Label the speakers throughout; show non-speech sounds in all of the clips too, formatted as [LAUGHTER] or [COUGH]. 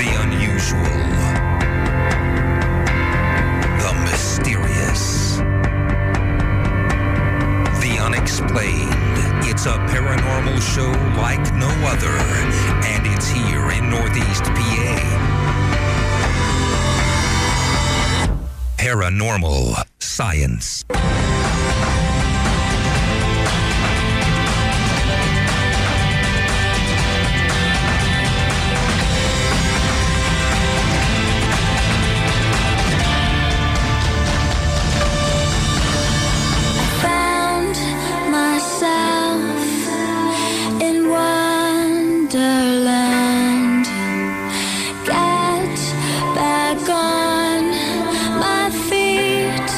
Speaker 1: The unusual. The mysterious. The unexplained. It's a paranormal show like no other, and it's here in Northeast PA. Paranormal Science.
Speaker 2: Found myself in Wonderland. Get back on my feet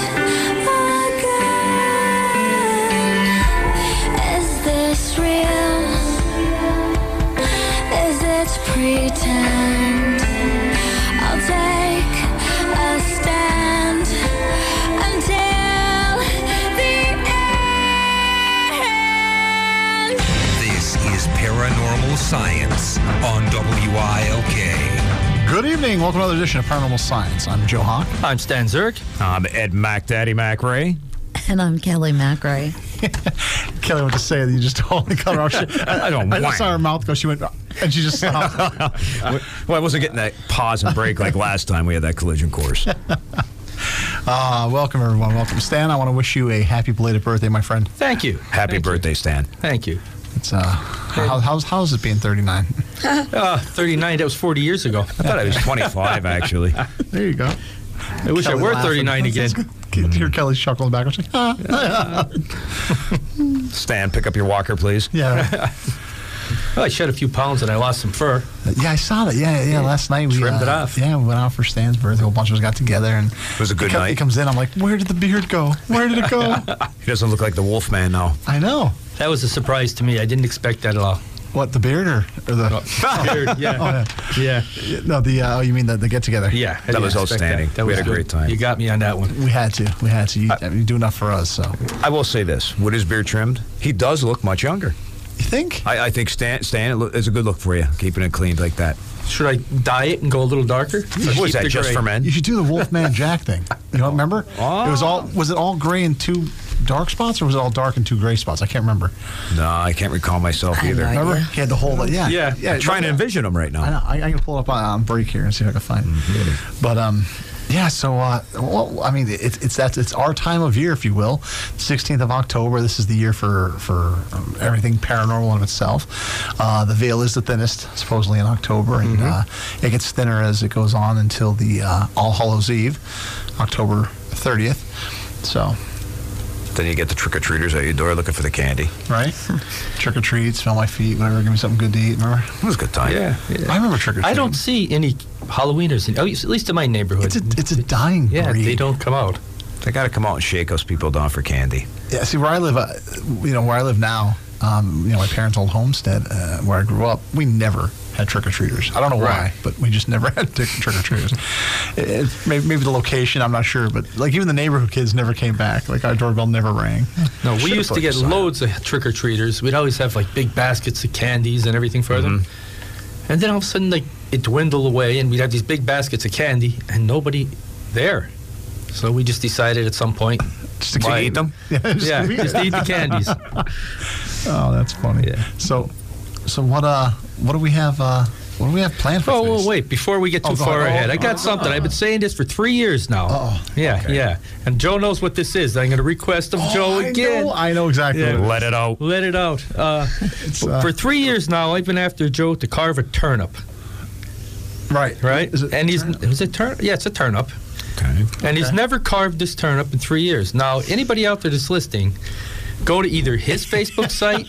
Speaker 2: again. Is this real? Is it pretend? I'll take a stand until the end.
Speaker 1: This is Paranormal Science on WILK.
Speaker 3: Good evening. Welcome to another edition of Paranormal Science. I'm Joe Hawk.
Speaker 4: I'm Stan Zurich.
Speaker 5: I'm Ed Mac Daddy Mac Ray.
Speaker 6: And I'm Kelly MacRae.
Speaker 3: Kelly went to say that you just [LAUGHS] totally cut her off. She, [LAUGHS] I,
Speaker 5: I don't
Speaker 3: I
Speaker 5: want-
Speaker 3: saw her mouth go. She went, "Ah," and she just stopped.
Speaker 5: [LAUGHS] Well, I wasn't getting that pause and break like last time we had that collision course.
Speaker 3: [LAUGHS] uh, welcome, everyone. Welcome. Stan, I want to wish you a happy belated birthday, my friend.
Speaker 4: Thank you.
Speaker 5: Happy
Speaker 4: Thank you.
Speaker 5: birthday, Stan.
Speaker 4: Thank you.
Speaker 3: It's, uh, how, how's, how's it being 39?
Speaker 4: Uh, 39, that was 40 years
Speaker 5: [LAUGHS]
Speaker 4: ago.
Speaker 5: I thought I was 25, actually.
Speaker 3: [LAUGHS] There you go.
Speaker 4: I wish I were 39 again.
Speaker 3: Can hear Kelly chuckling back. I was like, ah.
Speaker 4: [LAUGHS]
Speaker 5: Stan, pick up your walker, please.
Speaker 3: Yeah.
Speaker 4: Well, I shed a few pounds and I lost some fur.
Speaker 3: Yeah, I saw that. Yeah, yeah. Last night we uh,
Speaker 4: Trimmed it off.
Speaker 3: Yeah, we went out for Stan's birthday. A whole bunch of us got together, and it
Speaker 5: was a good
Speaker 3: he co-
Speaker 5: night.
Speaker 3: He comes in. I'm like, where did the beard go? Where did it
Speaker 4: [LAUGHS]
Speaker 3: go?
Speaker 5: He doesn't look like the wolf man now.
Speaker 3: I know.
Speaker 4: That was a surprise to me. I didn't expect that
Speaker 5: [LAUGHS]
Speaker 4: at all.
Speaker 3: What the beard or, or the?
Speaker 4: [LAUGHS]
Speaker 5: Oh,
Speaker 4: Weird, yeah. yeah.
Speaker 3: Oh, No, the uh, oh, you mean the, the get together?
Speaker 4: Yeah. I
Speaker 5: That
Speaker 4: didn't
Speaker 5: was
Speaker 4: expect
Speaker 5: outstanding.
Speaker 4: That
Speaker 5: We
Speaker 4: was
Speaker 5: had a
Speaker 4: good.
Speaker 5: great time.
Speaker 4: You got me on that one.
Speaker 3: We had to. We had to.
Speaker 4: Uh,
Speaker 3: You, I mean, you do enough for us. So
Speaker 5: I will say this with his beard trimmed, he does look much younger.
Speaker 3: you think?
Speaker 5: I, I think Stan, Stan it lo- is a good look for you, keeping it clean like that.
Speaker 4: Should I dye it and go a little darker? Or
Speaker 5: Was
Speaker 4: keep
Speaker 5: that
Speaker 4: the
Speaker 5: just
Speaker 4: gray?
Speaker 5: for men?
Speaker 3: You should do the Wolfman Jack thing. You don't remember? It was all was it all gray and two dark spots, or was it all dark and two gray spots? I can't remember.
Speaker 5: No, I can't recall myself
Speaker 6: I
Speaker 5: either.
Speaker 6: know.
Speaker 3: Remember?
Speaker 6: Yeah.
Speaker 3: He had the whole. Yeah.
Speaker 4: Yeah.
Speaker 3: Yeah.
Speaker 5: I'm trying to envision him right now.
Speaker 3: I know. I, I can pull it up on, on break here and see if I can find.
Speaker 4: Mm-hmm.
Speaker 3: it. But um, yeah. So uh, well, I mean, it's it's that's it's our time of year, if you will, sixteenth of October. This is the year for for um, everything paranormal in itself. Uh, the veil is the thinnest, supposedly in October, and
Speaker 4: Mm-hmm.
Speaker 3: uh, it gets thinner as it goes on until the uh, All Hallows Eve, October thirtieth. So.
Speaker 5: Then you get the trick or treaters at your door looking for the candy.
Speaker 4: [LAUGHS]
Speaker 3: Right, trick or treat, smell my feet, whatever. Give me something good to eat. Remember?
Speaker 5: It was a good time.
Speaker 4: Yeah.
Speaker 3: I
Speaker 4: yeah.
Speaker 3: remember trick or treat.
Speaker 4: I don't see any Halloweeners, in, at least at least in my neighborhood.
Speaker 3: It's a it's a dying
Speaker 4: yeah,
Speaker 3: breed.
Speaker 4: they don't come out.
Speaker 5: They got to come out and shake us people down for candy.
Speaker 3: Yeah, see where I live, uh, you know where I live now. Um, you know, my parents' old homestead, uh, where I grew up, we never had trick or treaters. I don't know why,
Speaker 4: Right.
Speaker 3: but we just never [LAUGHS] had trick or treaters. maybe, maybe the location, I'm not sure, but like even the neighborhood kids never came back. Like our doorbell never rang.
Speaker 4: No, we
Speaker 5: Should've
Speaker 4: used to
Speaker 5: put
Speaker 4: get
Speaker 5: this on.
Speaker 4: loads of trick or treaters. We'd always have like big baskets of candies and everything for them. And then all of a sudden, like it dwindled away, and we'd have these big baskets of candy and nobody there. So we just decided at some point,
Speaker 3: [LAUGHS] Just to
Speaker 5: Did you eat them?
Speaker 4: yeah, just eat the candies.
Speaker 3: Oh, that's funny.
Speaker 4: Yeah.
Speaker 3: So, so what? Uh, what do we have? Uh, what do we have planned for?
Speaker 4: Oh, well,
Speaker 3: today's-
Speaker 4: wait, before we get too
Speaker 3: Oh, go
Speaker 4: far
Speaker 3: ahead.
Speaker 4: ahead, I got something. I've been saying this for three years now.
Speaker 3: Uh-oh.
Speaker 4: Yeah, yeah. And Joe knows what this is. I'm going to request of Joe
Speaker 3: Oh, I
Speaker 4: again.
Speaker 3: know, I know exactly. what
Speaker 4: Yeah.
Speaker 3: it is.
Speaker 5: Let it out.
Speaker 4: Let it out. Uh,
Speaker 3: uh,
Speaker 4: for three years now, I've been after Joe to carve a turnip.
Speaker 3: Right.
Speaker 4: right?
Speaker 3: Is it
Speaker 4: and he's
Speaker 3: turn-
Speaker 4: is it turn? Yeah, it's a turnip.
Speaker 5: Okay.
Speaker 4: And he's never carved this turnip in three years. Now, anybody out there that's listening, go to either his
Speaker 3: [LAUGHS]
Speaker 4: Facebook site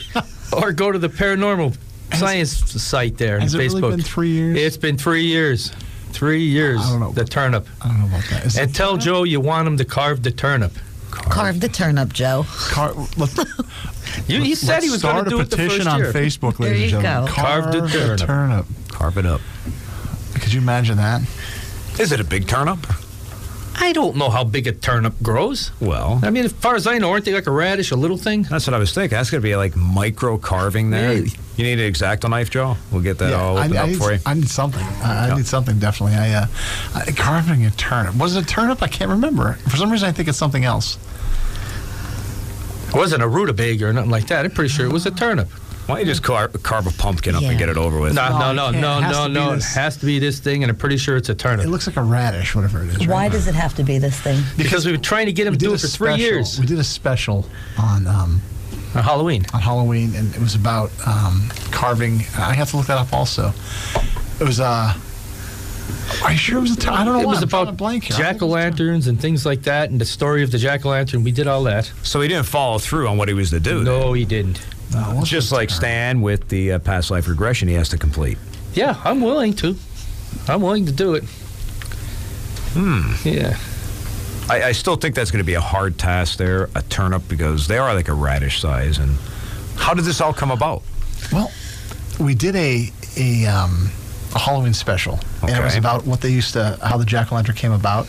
Speaker 4: or go to the paranormal science site there.
Speaker 3: has it
Speaker 4: on
Speaker 3: really
Speaker 4: Facebook.
Speaker 3: been three years?
Speaker 4: It's been three years. Three years.
Speaker 3: I don't know.
Speaker 4: The turnip.
Speaker 3: I don't know about that. Is
Speaker 4: And
Speaker 3: it
Speaker 4: tell Joe you want him to carve the turnip.
Speaker 6: Carve the turnip, Joe.
Speaker 3: car- let's,
Speaker 4: You, he said
Speaker 3: let's
Speaker 4: he was going
Speaker 3: start
Speaker 4: to do
Speaker 3: a
Speaker 4: it the first
Speaker 3: petition on
Speaker 4: year.
Speaker 3: Facebook,
Speaker 6: There
Speaker 3: ladies and
Speaker 6: you
Speaker 3: gentlemen.
Speaker 6: go.
Speaker 4: Carved a
Speaker 3: Carve
Speaker 4: turnip.
Speaker 3: turnip.
Speaker 5: Carve it up.
Speaker 3: Could you imagine that?
Speaker 5: Is it a big turnip?
Speaker 4: I don't know how big a turnip grows.
Speaker 5: Well,
Speaker 4: I mean, as far as I know, aren't they like a radish, a little thing?
Speaker 5: that's what I was thinking. That's going to be like micro carving there.
Speaker 4: Yeah.
Speaker 5: You need an exacto knife, Joe? We'll get that all
Speaker 3: I,
Speaker 5: opened
Speaker 3: I
Speaker 5: up
Speaker 3: need,
Speaker 5: for you.
Speaker 3: I need something. I, I
Speaker 5: Yeah.
Speaker 3: need something definitely. I, uh, I carving a turnip. Was it a turnip? I can't remember. For some reason, I think it's something else.
Speaker 4: It wasn't a rutabaga or nothing like that. I'm pretty sure it was a turnip.
Speaker 5: Why don't you just car- carve a pumpkin up
Speaker 6: Yeah.
Speaker 5: and get it over with?
Speaker 4: No,
Speaker 3: No,
Speaker 4: no,
Speaker 3: it
Speaker 4: no,
Speaker 3: can't. It
Speaker 4: no,
Speaker 3: has
Speaker 4: no,
Speaker 3: to be
Speaker 4: no. It
Speaker 3: this-
Speaker 4: has to be this thing, and I'm pretty sure it's a
Speaker 3: It
Speaker 4: turnip.
Speaker 3: looks like a radish, whatever it is.
Speaker 6: Why
Speaker 3: right?
Speaker 6: does it have to be this thing?
Speaker 4: because we were trying to get him to do it for three
Speaker 3: special,
Speaker 4: years
Speaker 3: We did a special on um,
Speaker 4: on Halloween.
Speaker 3: on Halloween, and it was about um, carving. I have to look that up also. It was. Uh, are you sure it was a tur- I don't know.
Speaker 4: It
Speaker 3: why.
Speaker 4: was
Speaker 3: I'm drawing a
Speaker 4: about
Speaker 3: blank here. I think
Speaker 4: jack
Speaker 3: it
Speaker 4: o'
Speaker 3: was a tur-
Speaker 4: lanterns and things like that, and the story of the jack o' lantern. We did all that.
Speaker 5: So he didn't follow through on what he was to do. then.
Speaker 4: No, he didn't.
Speaker 3: No, it wasn't
Speaker 5: Just
Speaker 3: a
Speaker 5: like
Speaker 3: tur-
Speaker 5: Stan with the uh, past life regression, he has to complete.
Speaker 4: Yeah, I'm willing to. I'm willing to do it. Hmm. Yeah.
Speaker 5: I, I still think that's going to be a hard task there, a turnip, because they are like a radish size. And how did this all come about?
Speaker 3: Well, we did a a, um, a Halloween special, and it was
Speaker 5: Okay.
Speaker 3: about what they used to how the jack o' lantern came about,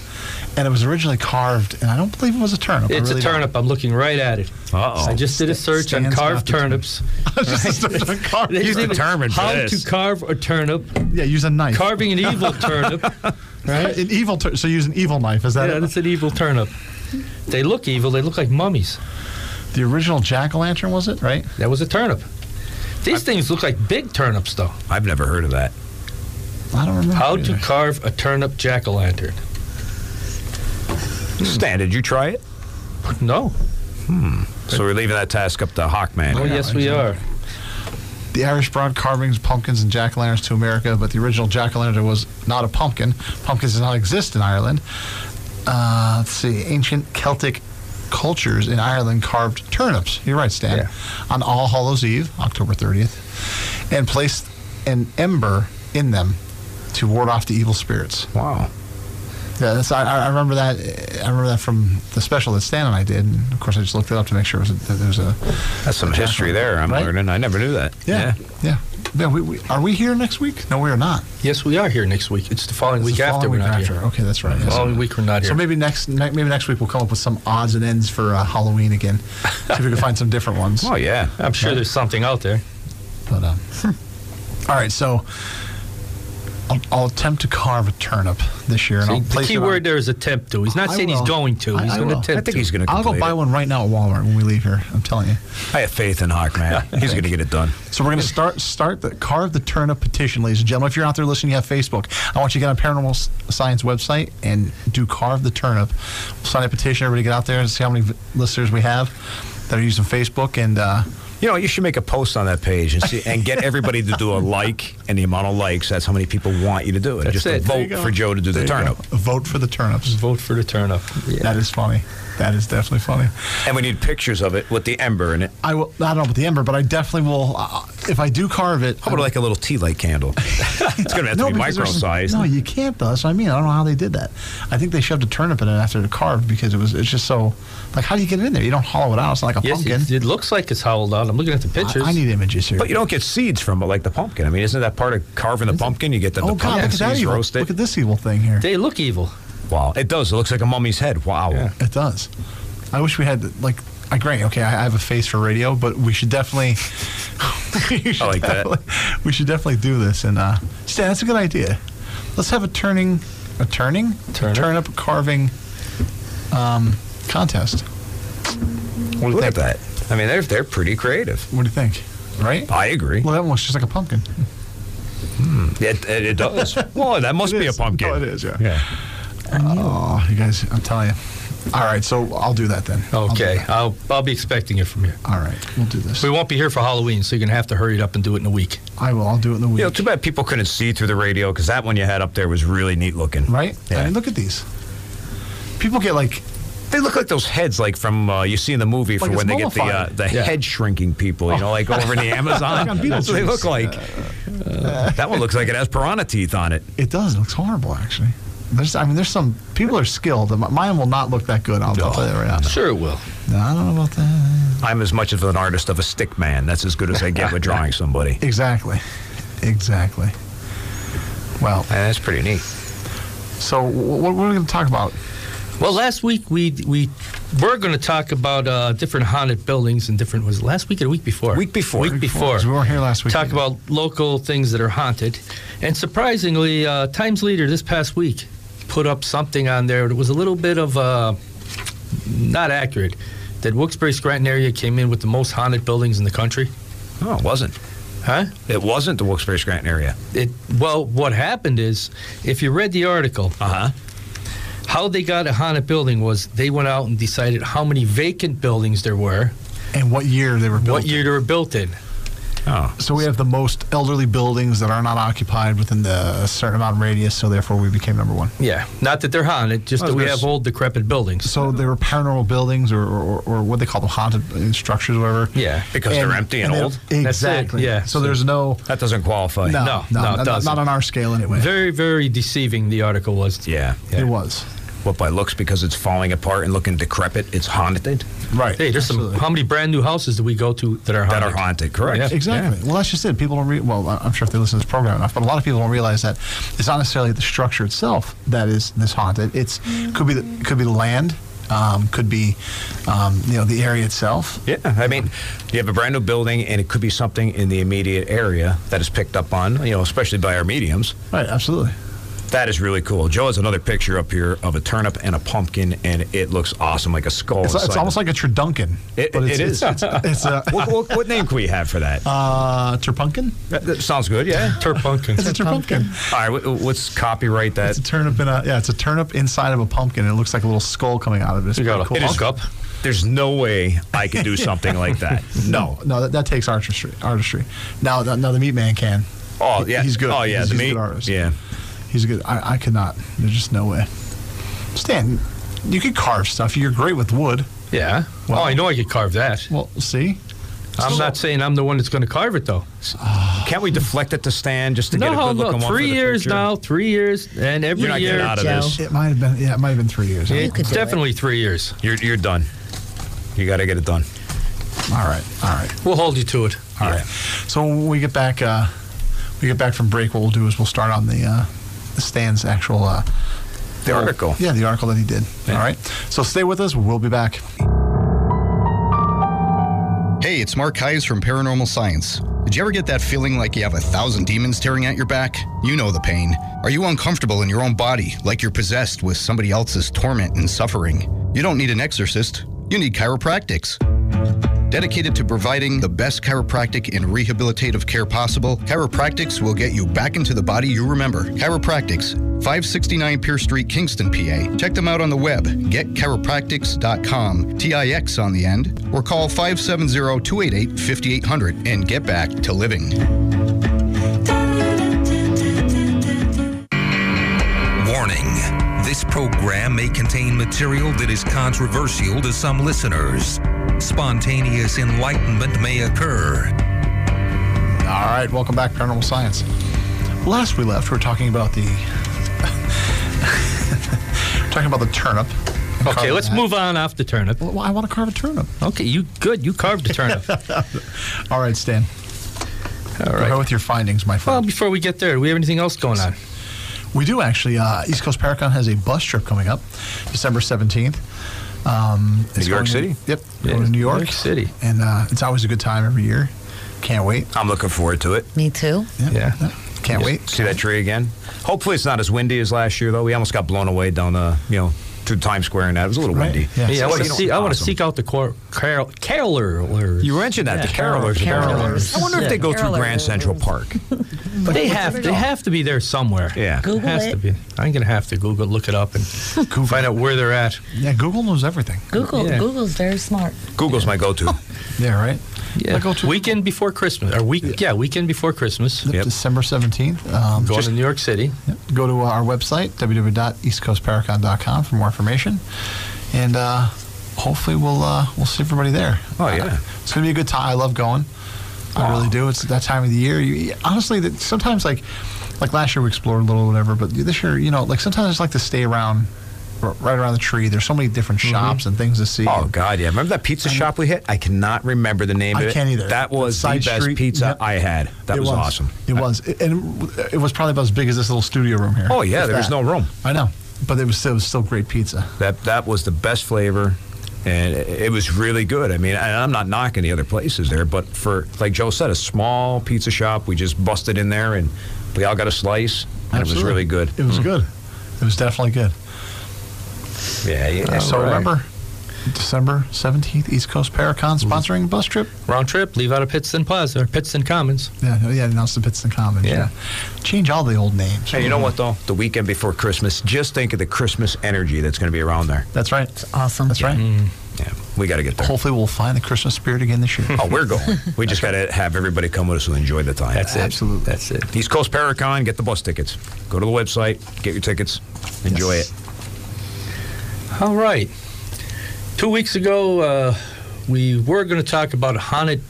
Speaker 3: and it was originally carved, and I don't believe it was a turnip. I
Speaker 4: It's
Speaker 3: really
Speaker 4: a
Speaker 3: don't. [LAUGHS]
Speaker 4: turnip. I'm Oh. looking right at it.
Speaker 5: Uh-oh.
Speaker 4: I just did a search on
Speaker 3: Stan's
Speaker 4: carved
Speaker 3: got the
Speaker 4: turnips.
Speaker 3: Just a turnip carved.
Speaker 4: They
Speaker 5: He's
Speaker 4: did
Speaker 5: determined for
Speaker 4: How
Speaker 5: this.
Speaker 4: to carve a turnip.
Speaker 3: Yeah, use a knife.
Speaker 4: Carving
Speaker 3: [LAUGHS]
Speaker 4: an evil turnip.
Speaker 3: right? An evil. Tur- so use an evil knife. Is that
Speaker 4: Yeah,
Speaker 3: it?
Speaker 4: that's an evil turnip. They look evil. They look like mummies.
Speaker 3: the original jack o' lantern? Was it right?
Speaker 4: That was a turnip. These things look like big turnips, though.
Speaker 5: I've never heard of that.
Speaker 3: I don't remember.
Speaker 4: How to
Speaker 3: either.
Speaker 4: carve a turnip jack o' lantern?
Speaker 5: Stan, did you try it?
Speaker 4: No.
Speaker 5: So we're leaving that task up to Hawkman.
Speaker 4: Oh, yes, we are.
Speaker 3: the Irish broad carvings, pumpkins, and jack o' lanterns to America, but the original jack o' lantern was not a pumpkin. Pumpkins did not exist in Ireland. Uh, let's see, ancient Celtic cultures in Ireland carved turnips. You're right, Stan.
Speaker 4: Yeah.
Speaker 3: On All Hallows Eve, October 30th, and placed an ember in them to ward off the evil spirits.
Speaker 5: Wow.
Speaker 3: Yeah, that's, I, I remember that. I remember that from the special that Stan and I did. And of course, I just looked it up to make sure it was a, that there was a.
Speaker 5: That's some
Speaker 3: a jack-o'-lantern.
Speaker 5: history there I'm
Speaker 3: Right?
Speaker 5: learning. I never knew that.
Speaker 3: Yeah, yeah. yeah we, we, are we here next week? No, we are not.
Speaker 4: Yes, we are here next week. It's the following
Speaker 3: It's
Speaker 4: week
Speaker 3: the
Speaker 4: after
Speaker 3: following
Speaker 4: we're
Speaker 3: week
Speaker 4: not
Speaker 3: after.
Speaker 4: here.
Speaker 3: Okay, that's right.
Speaker 4: The
Speaker 3: yes.
Speaker 4: following week we're not here.
Speaker 3: So maybe next ne- maybe next week we'll come up with some odds and ends for uh, Halloween
Speaker 4: [LAUGHS]
Speaker 3: again. See if we can find some different ones.
Speaker 5: Oh, yeah.
Speaker 4: I'm sure there's something out there.
Speaker 3: But um, all right, so I'll, I'll attempt to carve a turnip this year, and
Speaker 4: See,
Speaker 3: I'll
Speaker 4: the
Speaker 3: place
Speaker 4: key
Speaker 3: it on-
Speaker 4: word there is attempt to. He's not
Speaker 3: I
Speaker 4: saying
Speaker 3: will.
Speaker 4: he's going to.
Speaker 3: I-
Speaker 4: He's
Speaker 3: I
Speaker 4: going to
Speaker 3: will.
Speaker 4: attempt
Speaker 5: I think
Speaker 4: to.
Speaker 5: he's going to
Speaker 3: I'll go buy one right now at Walmart when we leave here. I'm telling you.
Speaker 5: I have faith in [LAUGHS] Hawkman. He's going to get it done.
Speaker 3: So we're going to start start the carve the turnip petition, ladies and gentlemen. If you're out there listening, you have Facebook. I want you to get on Paranormal S- Science website and do carve the turnip. We'll sign a petition. Everybody get out there and see how many v- listeners we have that are using Facebook. And uh,
Speaker 5: You know, you should make a post on that page and, see, and get everybody to
Speaker 3: [LAUGHS]
Speaker 5: do a like and the amount of likes. That's how many people want you to do it.
Speaker 4: That's
Speaker 5: Just to
Speaker 4: it. There you
Speaker 5: vote for Joe to do the turnip.
Speaker 3: vote for the turnips.
Speaker 4: Vote for the turnip.
Speaker 3: That is funny. That is definitely funny.
Speaker 5: And we need pictures of it with the ember in it.
Speaker 3: I will. I don't know about the ember, but I definitely will. Uh, if I do carve it,
Speaker 5: How about like a little tea light
Speaker 3: [LAUGHS]
Speaker 5: candle? it's going to have to be
Speaker 3: because
Speaker 5: micro
Speaker 3: there's-
Speaker 5: sized.
Speaker 3: No, you can't though. That's what I mean. I don't know how they did that. I think they shoved a turnip in it after it carved because it was it's just so like how do you get it in there? You don't hollow it out. It's not like a
Speaker 4: Yes,
Speaker 3: pumpkin.
Speaker 4: it, it looks like it's howled out. I'm looking at the pictures.
Speaker 3: I, I need images here.
Speaker 5: But you don't get seeds from it like the pumpkin. I mean, isn't that part of carving the pumpkin? You get the,
Speaker 3: oh
Speaker 5: the
Speaker 3: god,
Speaker 5: pumpkin
Speaker 3: look at that
Speaker 5: seeds
Speaker 3: evil.
Speaker 5: roasted.
Speaker 3: Look at this evil thing here.
Speaker 4: they look evil.
Speaker 5: Wow, it does. It looks like a mummy's head. Wow.
Speaker 3: It does. I wish we had like. I grant. Okay, I I have a face for radio, but we should definitely. [LAUGHS] we should
Speaker 5: I like that.
Speaker 3: definitely- We should definitely do this, and uh, Stan, that's a good idea. Let's have a turning, a turning,
Speaker 4: Turnip.
Speaker 3: turnip carving, um, contest. What do you
Speaker 5: Look
Speaker 3: think?
Speaker 5: at that. I mean, they're they're pretty creative.
Speaker 3: What do you think? Right?
Speaker 5: I agree.
Speaker 3: Well, that one looks just like a pumpkin.
Speaker 5: It, it, it
Speaker 3: [LAUGHS]
Speaker 5: does. well, that must
Speaker 3: It
Speaker 5: be a
Speaker 3: is.
Speaker 5: pumpkin.
Speaker 3: Oh, it is. Yeah.
Speaker 5: Yeah.
Speaker 3: Oh, you guys, I'm telling you. All right, so I'll do that then. I'll do
Speaker 4: Okay,
Speaker 3: that.
Speaker 4: I'll I'll be expecting it from you.
Speaker 3: All right, we'll do this.
Speaker 4: We won't be here for Halloween, so you're gonna have to hurry it up and do it in a week.
Speaker 3: I will. I'll do it in the week.
Speaker 5: You know, too bad people couldn't see through the radio because that one you had up there was really neat looking.
Speaker 3: right? I
Speaker 5: Yeah.
Speaker 3: mean, look at these. People get like,
Speaker 5: They look like those heads, like from uh, you see in the movie for
Speaker 3: Like
Speaker 5: when
Speaker 3: it's
Speaker 5: they get the uh,
Speaker 3: mummified.
Speaker 5: the
Speaker 4: Yeah.
Speaker 5: head shrinking people. You know, like over in
Speaker 3: [LAUGHS]
Speaker 5: the Amazon.
Speaker 3: Like on
Speaker 5: That's what they
Speaker 3: Beetlejuice. Uh,
Speaker 5: look like. that one looks like it has piranha teeth on it.
Speaker 3: it does. It looks horrible, actually. There's, I mean, there's some people are skilled. My- Mine will not look that good. I'll, I'll tell you right now.
Speaker 4: Sure, it will.
Speaker 3: No, I don't know about that.
Speaker 5: I'm as much of an artist of a stick man. That's as good as I get with drawing
Speaker 3: [LAUGHS]
Speaker 5: somebody.
Speaker 3: Exactly, exactly. Well,
Speaker 5: And that's pretty neat.
Speaker 3: so what, what are we going to talk about?
Speaker 4: Well, last week we we were going to talk about uh, different haunted buildings and different was it last week or the week before.
Speaker 5: Week before.
Speaker 4: Week before.
Speaker 3: 'Cause we weren't here last week.
Speaker 4: Talk
Speaker 3: either.
Speaker 4: about local things that are haunted, and surprisingly, uh, Times Leader this past week put up something on there that was a little bit of uh, not accurate. That Wilkes-Barre Scranton area came in with the most haunted buildings in the country,
Speaker 5: No, it wasn't.
Speaker 4: huh?
Speaker 5: It wasn't the Wilkes-Barre Scranton area.
Speaker 4: It well, what happened is, if you read the article,
Speaker 5: Uh huh.
Speaker 3: Uh-huh.
Speaker 4: how they got a haunted building was they went out and decided how many vacant buildings there were.
Speaker 3: and what year they were built.
Speaker 4: what year they were built in.
Speaker 5: Oh.
Speaker 3: So we have the most elderly buildings that are not occupied within the certain amount of radius. So therefore, we became number one.
Speaker 4: Yeah, not that they're haunted, just
Speaker 5: I was
Speaker 4: that we
Speaker 5: gonna
Speaker 4: have
Speaker 5: s-
Speaker 4: old decrepit buildings.
Speaker 3: So they were paranormal buildings, or, or, or what they call them, haunted uh, structures, or whatever.
Speaker 4: Yeah,
Speaker 5: Because they're empty and,
Speaker 3: they-
Speaker 5: old.
Speaker 4: That's it,
Speaker 3: Exactly.
Speaker 4: yeah.
Speaker 3: So there's no.
Speaker 5: That doesn't qualify.
Speaker 3: No,
Speaker 4: No,
Speaker 3: no,
Speaker 4: no, it
Speaker 3: not- not,
Speaker 4: doesn't.
Speaker 3: on our scale anyway.
Speaker 4: very very deceiving. The article was.
Speaker 5: Yeah.
Speaker 3: It was
Speaker 5: What by looks because it's falling apart and looking decrepit, it's haunted.
Speaker 3: right.
Speaker 4: Hey, there's
Speaker 3: Absolutely.
Speaker 4: some. How many brand new houses do we go to that are
Speaker 5: That
Speaker 4: haunted?
Speaker 5: are haunted, correct?
Speaker 4: Yeah.
Speaker 3: Exactly. Well, that's just it. People don't. Re- well, I- I'm sure if they listen to this program enough, but a lot of people don't realize that it's not necessarily the structure itself that is this haunted. It's could be the, could be the land, um, could be um, you know the area itself.
Speaker 5: Yeah, I mean, you have a brand new building, and it could be something in the immediate area that is picked up on, you know, especially by our mediums.
Speaker 3: Right. Absolutely.
Speaker 5: That is really cool. Joe has another picture up here of a turnip and a pumpkin, and it looks awesome, like a skull.
Speaker 3: It's, it's
Speaker 5: inside.
Speaker 3: almost like a turduncan.
Speaker 5: It-
Speaker 3: but it's,
Speaker 5: it is.
Speaker 3: It's, it's,
Speaker 5: [LAUGHS]
Speaker 3: it's a
Speaker 5: What, what, what name can we have for that?
Speaker 3: uh, turpunkin.
Speaker 5: that, that sounds good, yeah.
Speaker 3: It's a
Speaker 4: Turpunkins.
Speaker 3: turpunkin.
Speaker 5: All right, w- w- let's copyright that.
Speaker 3: It's a turnip in a yeah. It's a turnip inside of a pumpkin. and It looks like a little skull coming out of it. It's
Speaker 4: We got
Speaker 3: pretty
Speaker 4: a
Speaker 3: cool.
Speaker 4: it is up.
Speaker 5: There's no way I could
Speaker 3: [LAUGHS]
Speaker 5: do something like that. No.
Speaker 3: No, that, that takes artistry. Artistry. Now, now the meat man can.
Speaker 5: Oh yeah,
Speaker 3: He's good.
Speaker 5: Oh yeah,
Speaker 3: He's-
Speaker 5: the
Speaker 3: he's a
Speaker 5: meat-
Speaker 3: good artist.
Speaker 5: Yeah.
Speaker 3: He's a good. I, I could not. There's just no way. Stan, you could carve stuff. You're great with wood.
Speaker 4: Yeah. oh, I know I could carve that.
Speaker 3: Well, see,
Speaker 4: I'm not saying I'm the one that's going to carve it though.
Speaker 5: Can't we deflect it to Stan just to get a
Speaker 4: No,
Speaker 5: good looking
Speaker 4: no.
Speaker 5: one? for
Speaker 4: Three
Speaker 5: the
Speaker 4: years
Speaker 5: picture?
Speaker 4: now. Three years, and every
Speaker 5: You're not
Speaker 4: year.
Speaker 5: getting out of
Speaker 6: Joe.
Speaker 5: this.
Speaker 3: it might have been. Yeah, it might have been three years.
Speaker 4: Yeah,
Speaker 6: could do it.
Speaker 4: definitely three years.
Speaker 5: You're you're done. You got to get it done.
Speaker 3: All right. All right.
Speaker 4: We'll hold you to it.
Speaker 3: All right. So when we get back, uh, we get back from break. What we'll do is we'll start on the uh, Stan's actual. Uh,
Speaker 5: The article.
Speaker 3: Yeah, the article that he did. All right. So stay with us. We'll be back.
Speaker 7: Hey, it's Mark Hayes from Paranormal Science. Did you ever get that feeling like you have a thousand demons tearing at your back? You know the pain. Are you uncomfortable in your own body, like you're possessed with somebody else's torment and suffering? You don't need an exorcist, you need chiropractics. Dedicated to providing the best chiropractic and rehabilitative care possible, Chiropractics will get you back into the body you remember. Chiropractics, 569 Pierce Street, Kingston, PA. Check them out on the web, getchiropractics.com, TIX on the end, or call 570 288 5800 and get back to living.
Speaker 1: Warning this program may contain material that is controversial to some listeners. Spontaneous enlightenment may occur.
Speaker 3: All right. Welcome back, Paranormal Science. Last we left, we were talking about the [LAUGHS] talking about the turnip. and
Speaker 4: Okay,
Speaker 3: carving
Speaker 4: let's
Speaker 3: that.
Speaker 4: move on off the turnip.
Speaker 3: Well, I want to carve a turnip.
Speaker 4: Okay, you good? You carved
Speaker 5: [LAUGHS]
Speaker 4: a turnip.
Speaker 3: All right, Stan.
Speaker 4: All
Speaker 3: Go ahead
Speaker 4: right.
Speaker 3: with your findings, my
Speaker 4: Well,
Speaker 3: friend.
Speaker 4: before we get there, do we have anything else going on?
Speaker 3: we do actually. Uh, East Coast Paracon has a bus trip coming up, December seventeenth. Um, it's
Speaker 5: York
Speaker 3: going to-
Speaker 5: City?
Speaker 3: yep,
Speaker 4: Yeah,
Speaker 3: going to New York,
Speaker 4: York City.
Speaker 3: and uh, it's always a good time every year. Can't wait.
Speaker 5: I'm looking forward to it.
Speaker 6: Me too.
Speaker 3: Yep,
Speaker 4: Yeah.
Speaker 3: yep. Can't wait.
Speaker 5: See that tree again? Hopefully, it's not as windy as last year, though. We almost got blown away down the, you know, through Times Square and that. It was a little
Speaker 3: Right.
Speaker 5: windy.
Speaker 3: Yeah.
Speaker 4: Yeah, I want
Speaker 5: You
Speaker 4: to
Speaker 5: know,
Speaker 4: see. I want to
Speaker 5: awesome.
Speaker 4: seek out the cor- carol- carolers.
Speaker 5: You mentioned that,
Speaker 4: Yeah,
Speaker 5: the carolers. the
Speaker 6: Carolers.
Speaker 5: I wonder if they go through
Speaker 6: Carolers.
Speaker 5: Grand Central Park.
Speaker 4: But they have. They have to be there somewhere.
Speaker 5: Yeah.
Speaker 6: Google
Speaker 4: it has
Speaker 6: it.
Speaker 4: to be. I'm gonna have to Google, look it up, and find out where they're at.
Speaker 3: Yeah, Google knows everything.
Speaker 6: Google.
Speaker 4: Yeah.
Speaker 6: Google's very smart.
Speaker 5: Google's my go to.
Speaker 3: Yeah, right.
Speaker 4: Yeah.
Speaker 3: Like, go to-
Speaker 4: weekend before Christmas. Or week. Yeah, weekend before Christmas.
Speaker 3: Yep.
Speaker 5: Yep.
Speaker 3: December 17th. Um,
Speaker 4: Going
Speaker 3: just
Speaker 4: to New York City.
Speaker 3: yep, go to uh, our website, www.eastcoastparacon.com, for more information. And uh, hopefully we'll uh, we'll see everybody there.
Speaker 5: Oh, yeah.
Speaker 3: It's going to be a good time. I love going. I really do. It's that time of the year. You, honestly, that sometimes, like like last year, we explored a little whatever, but this year, you know, like sometimes I just like to stay around, r- right around the tree. There's so many different shops and things to see.
Speaker 5: Mm-hmm. Oh God, yeah! Remember that pizza shop we hit? I cannot remember the name
Speaker 3: I
Speaker 5: of it.
Speaker 3: can't either.
Speaker 5: That was the
Speaker 3: Side
Speaker 5: best
Speaker 3: street-
Speaker 5: pizza
Speaker 3: yeah.
Speaker 5: I had. That
Speaker 3: It
Speaker 5: was, awesome.
Speaker 3: It was, It- and it was probably about as big as this little studio room here.
Speaker 5: Oh yeah,
Speaker 3: If
Speaker 5: there was
Speaker 3: that.
Speaker 5: no room.
Speaker 3: I know, but it was still, it was still great pizza.
Speaker 5: That that was the best flavor, and it, it was really good. I mean, and I'm not knocking the other places there, but for like Joe said, a small pizza shop, we just busted in there and we all got a slice, and it was
Speaker 3: Absolutely.
Speaker 5: really good. Hmm.
Speaker 3: It was good. It was definitely good.
Speaker 5: Yeah, yeah.
Speaker 3: so
Speaker 5: right.
Speaker 3: remember, December seventeenth, East Coast Paracon sponsoring a bus trip.
Speaker 4: Round trip. Leave out of Pittston Plaza or Pittston Commons.
Speaker 3: Yeah, no, yeah, announced the Pittston Commons.
Speaker 4: Yeah.
Speaker 3: change all the old names.
Speaker 5: Hey, you know what though? The weekend before Christmas, just think of the Christmas energy that's going to be around there.
Speaker 3: That's right.
Speaker 6: Awesome.
Speaker 3: That's right.
Speaker 5: Mm-hmm. Yeah, we got to get there.
Speaker 3: Hopefully, we'll find the Christmas spirit again
Speaker 5: [LAUGHS]
Speaker 3: this year.
Speaker 5: Oh, we're going. We just got to have everybody come with us and enjoy the time.
Speaker 4: That's it.
Speaker 3: Absolutely.
Speaker 4: That's it.
Speaker 5: East Coast Paracon, get the bus tickets. Go to the website, get your tickets, enjoy
Speaker 3: Yes.
Speaker 5: it.
Speaker 4: All right. Two weeks ago, uh, we were going to talk about haunted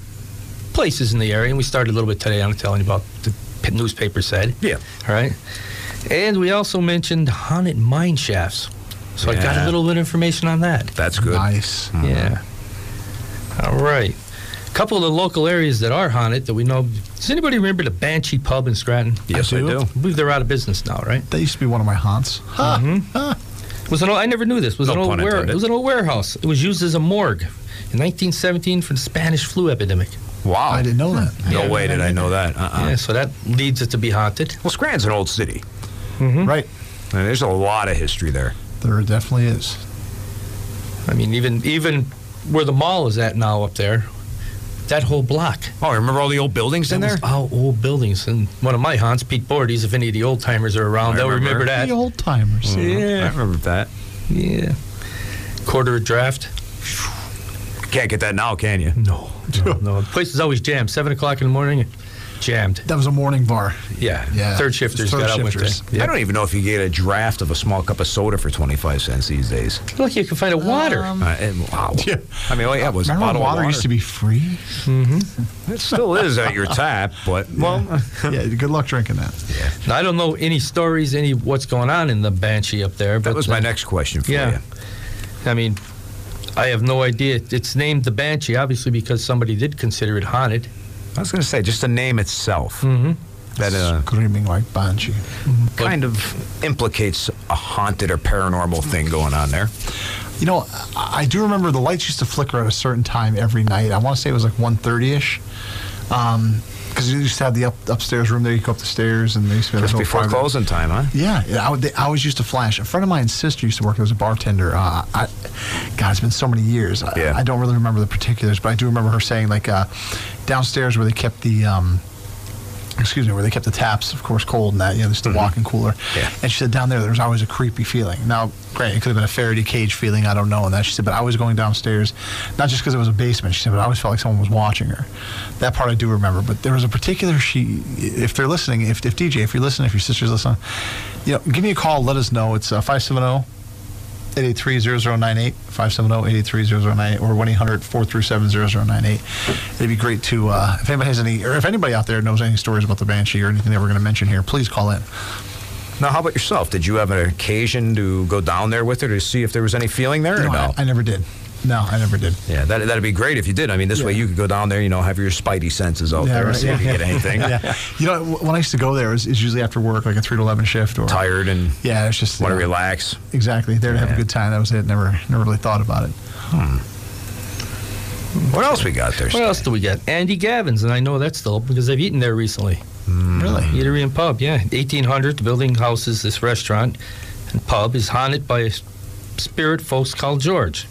Speaker 4: places in the area, and we started a little bit today on telling you about the p- newspaper said.
Speaker 5: Yeah.
Speaker 4: All right. And we also mentioned haunted mine shafts. So I got
Speaker 5: Yeah. Uh-huh.
Speaker 4: a little bit of information on that.
Speaker 5: That's good. Hmm.
Speaker 3: Nice.
Speaker 4: Yeah. All right. A couple of the local areas that are haunted that we know. Does anybody remember the Banshee Pub in Scranton?
Speaker 5: Yes, I do.
Speaker 4: I believe they're out of business now, right?
Speaker 3: That used to be one of my haunts. Ha!
Speaker 5: Mm-hmm.
Speaker 4: was an old, I never knew this. Was
Speaker 5: No
Speaker 4: an old
Speaker 5: pun
Speaker 4: ware,
Speaker 5: intended.
Speaker 4: it was an old warehouse. It was used as a morgue in 1917 for the Spanish flu epidemic.
Speaker 5: Wow.
Speaker 3: I didn't know that.
Speaker 5: No
Speaker 4: Yeah.
Speaker 5: way did I know that. Uh-uh.
Speaker 4: Yeah, so that leads it to be haunted.
Speaker 5: Well, Scranton's an old city.
Speaker 3: Right.
Speaker 5: And there's a lot of history there.
Speaker 3: There definitely is.
Speaker 4: I mean, even even where the mall is at now up there, that whole block.
Speaker 5: Oh, remember all the old buildings in
Speaker 4: That
Speaker 5: there?
Speaker 4: was all old buildings. And one of my haunts, Pete Bordes, if any of the old timers are around,
Speaker 5: I
Speaker 4: they'll remember,
Speaker 5: remember.
Speaker 4: that.
Speaker 3: The old timers.
Speaker 5: I
Speaker 4: Yeah,
Speaker 5: remember that.
Speaker 4: yeah. Quarter draft.
Speaker 5: Can't get that now, can you?
Speaker 4: No, no, no. The place is always jammed. Seven o'clock in the morning, jammed.
Speaker 3: That was a morning bar.
Speaker 4: Yeah,
Speaker 3: Yeah.
Speaker 4: Third shifters
Speaker 3: Third
Speaker 4: got out with
Speaker 3: shifters.
Speaker 4: that. Yeah.
Speaker 5: I don't even know if you get a draft of a small cup of soda for 25 cents these days.
Speaker 4: Look, you can find a water.
Speaker 5: Uh, and, wow.
Speaker 3: Mm. Yeah.
Speaker 5: I mean, oh, yeah, it was a
Speaker 3: Remember when
Speaker 5: bottle
Speaker 3: water,
Speaker 5: of water.
Speaker 3: used to be
Speaker 5: [LAUGHS]
Speaker 3: free?
Speaker 5: It still is at your tap, but, well,
Speaker 3: [LAUGHS] yeah, good luck drinking that.
Speaker 4: Now, I don't know any stories, any what's going on in the Banshee up there. But
Speaker 5: that was my
Speaker 4: uh,
Speaker 5: next question for
Speaker 4: Yeah.
Speaker 5: you.
Speaker 4: I mean, I have no idea. It's named the Banshee, obviously, because somebody did consider it haunted.
Speaker 5: I was going to say, just the name itself.
Speaker 3: Mm.
Speaker 5: Mm-hmm. That uh,
Speaker 3: Screaming like banshee.
Speaker 5: kind of implicates a haunted or paranormal thing going on there.
Speaker 3: You know, I I do remember the lights used to flicker at a certain time every night. I want to say it was like 1.30 ish. Because you used to have the up, upstairs room there. You go up the stairs and they used to be
Speaker 5: Just
Speaker 3: this little
Speaker 5: before
Speaker 3: private-
Speaker 5: closing time, huh?
Speaker 3: Yeah, yeah, I, would, they, I always used to flash. A friend of mine's sister used to work there as a bartender. Uh, I, God, it's been so many years. I,
Speaker 5: Yeah.
Speaker 3: I don't really remember the particulars, but I do remember her saying like uh, downstairs where they kept the. Um, Excuse me, where they kept the taps, of course, cold and that, you know, just the walk-in cooler.
Speaker 5: Yeah.
Speaker 3: And she said down there, there was always a creepy feeling. Now, granted, it could have been a Faraday cage feeling, I don't know, and that. She said, but I was going downstairs, not just because it was a basement. She said, but I always felt like someone was watching her. That part I do remember. But there was a particular she, if they're listening, if, if DJ, if you're listening, if your sister's listening, you know, give me a call. Let us know. It's uh, 570 883 0098, 570 883 0098, or 1 800 437 0098. It'd be great to, uh, if anybody has any, or if anybody out there knows any stories about the Banshee or anything that we're going to mention here, please call in.
Speaker 5: Now, how about yourself? Did you have an occasion to go down there with her to see if there was any feeling there
Speaker 3: You
Speaker 5: or
Speaker 3: know,
Speaker 5: no?
Speaker 3: I, I never did. No, I never did.
Speaker 5: yeah, that, that'd be great if you did. I mean, this way
Speaker 3: Yeah.
Speaker 5: you could go down there, you know, have your spidey senses out
Speaker 3: Yeah,
Speaker 5: there
Speaker 3: right,
Speaker 5: and see if you
Speaker 3: yeah.
Speaker 5: get anything.
Speaker 3: [LAUGHS] Yeah. You know, w- when I used to go there, it was, it was usually after work, like a 3 to 11 shift or.
Speaker 5: Tired and
Speaker 3: Yeah, it's just. you
Speaker 5: want to
Speaker 3: know,
Speaker 5: relax.
Speaker 3: Exactly. There to have
Speaker 5: Yeah.
Speaker 3: a good time. That was it. Never never really thought about it.
Speaker 5: What else we got there?
Speaker 4: What
Speaker 5: Stan?
Speaker 4: else do we got? Andy Gavin's, and I know that's still open because I've eaten there recently.
Speaker 5: Mm.
Speaker 3: Really?
Speaker 4: Eatery and pub, yeah. 1800, the building houses this restaurant and pub is haunted by a spirit folks call George.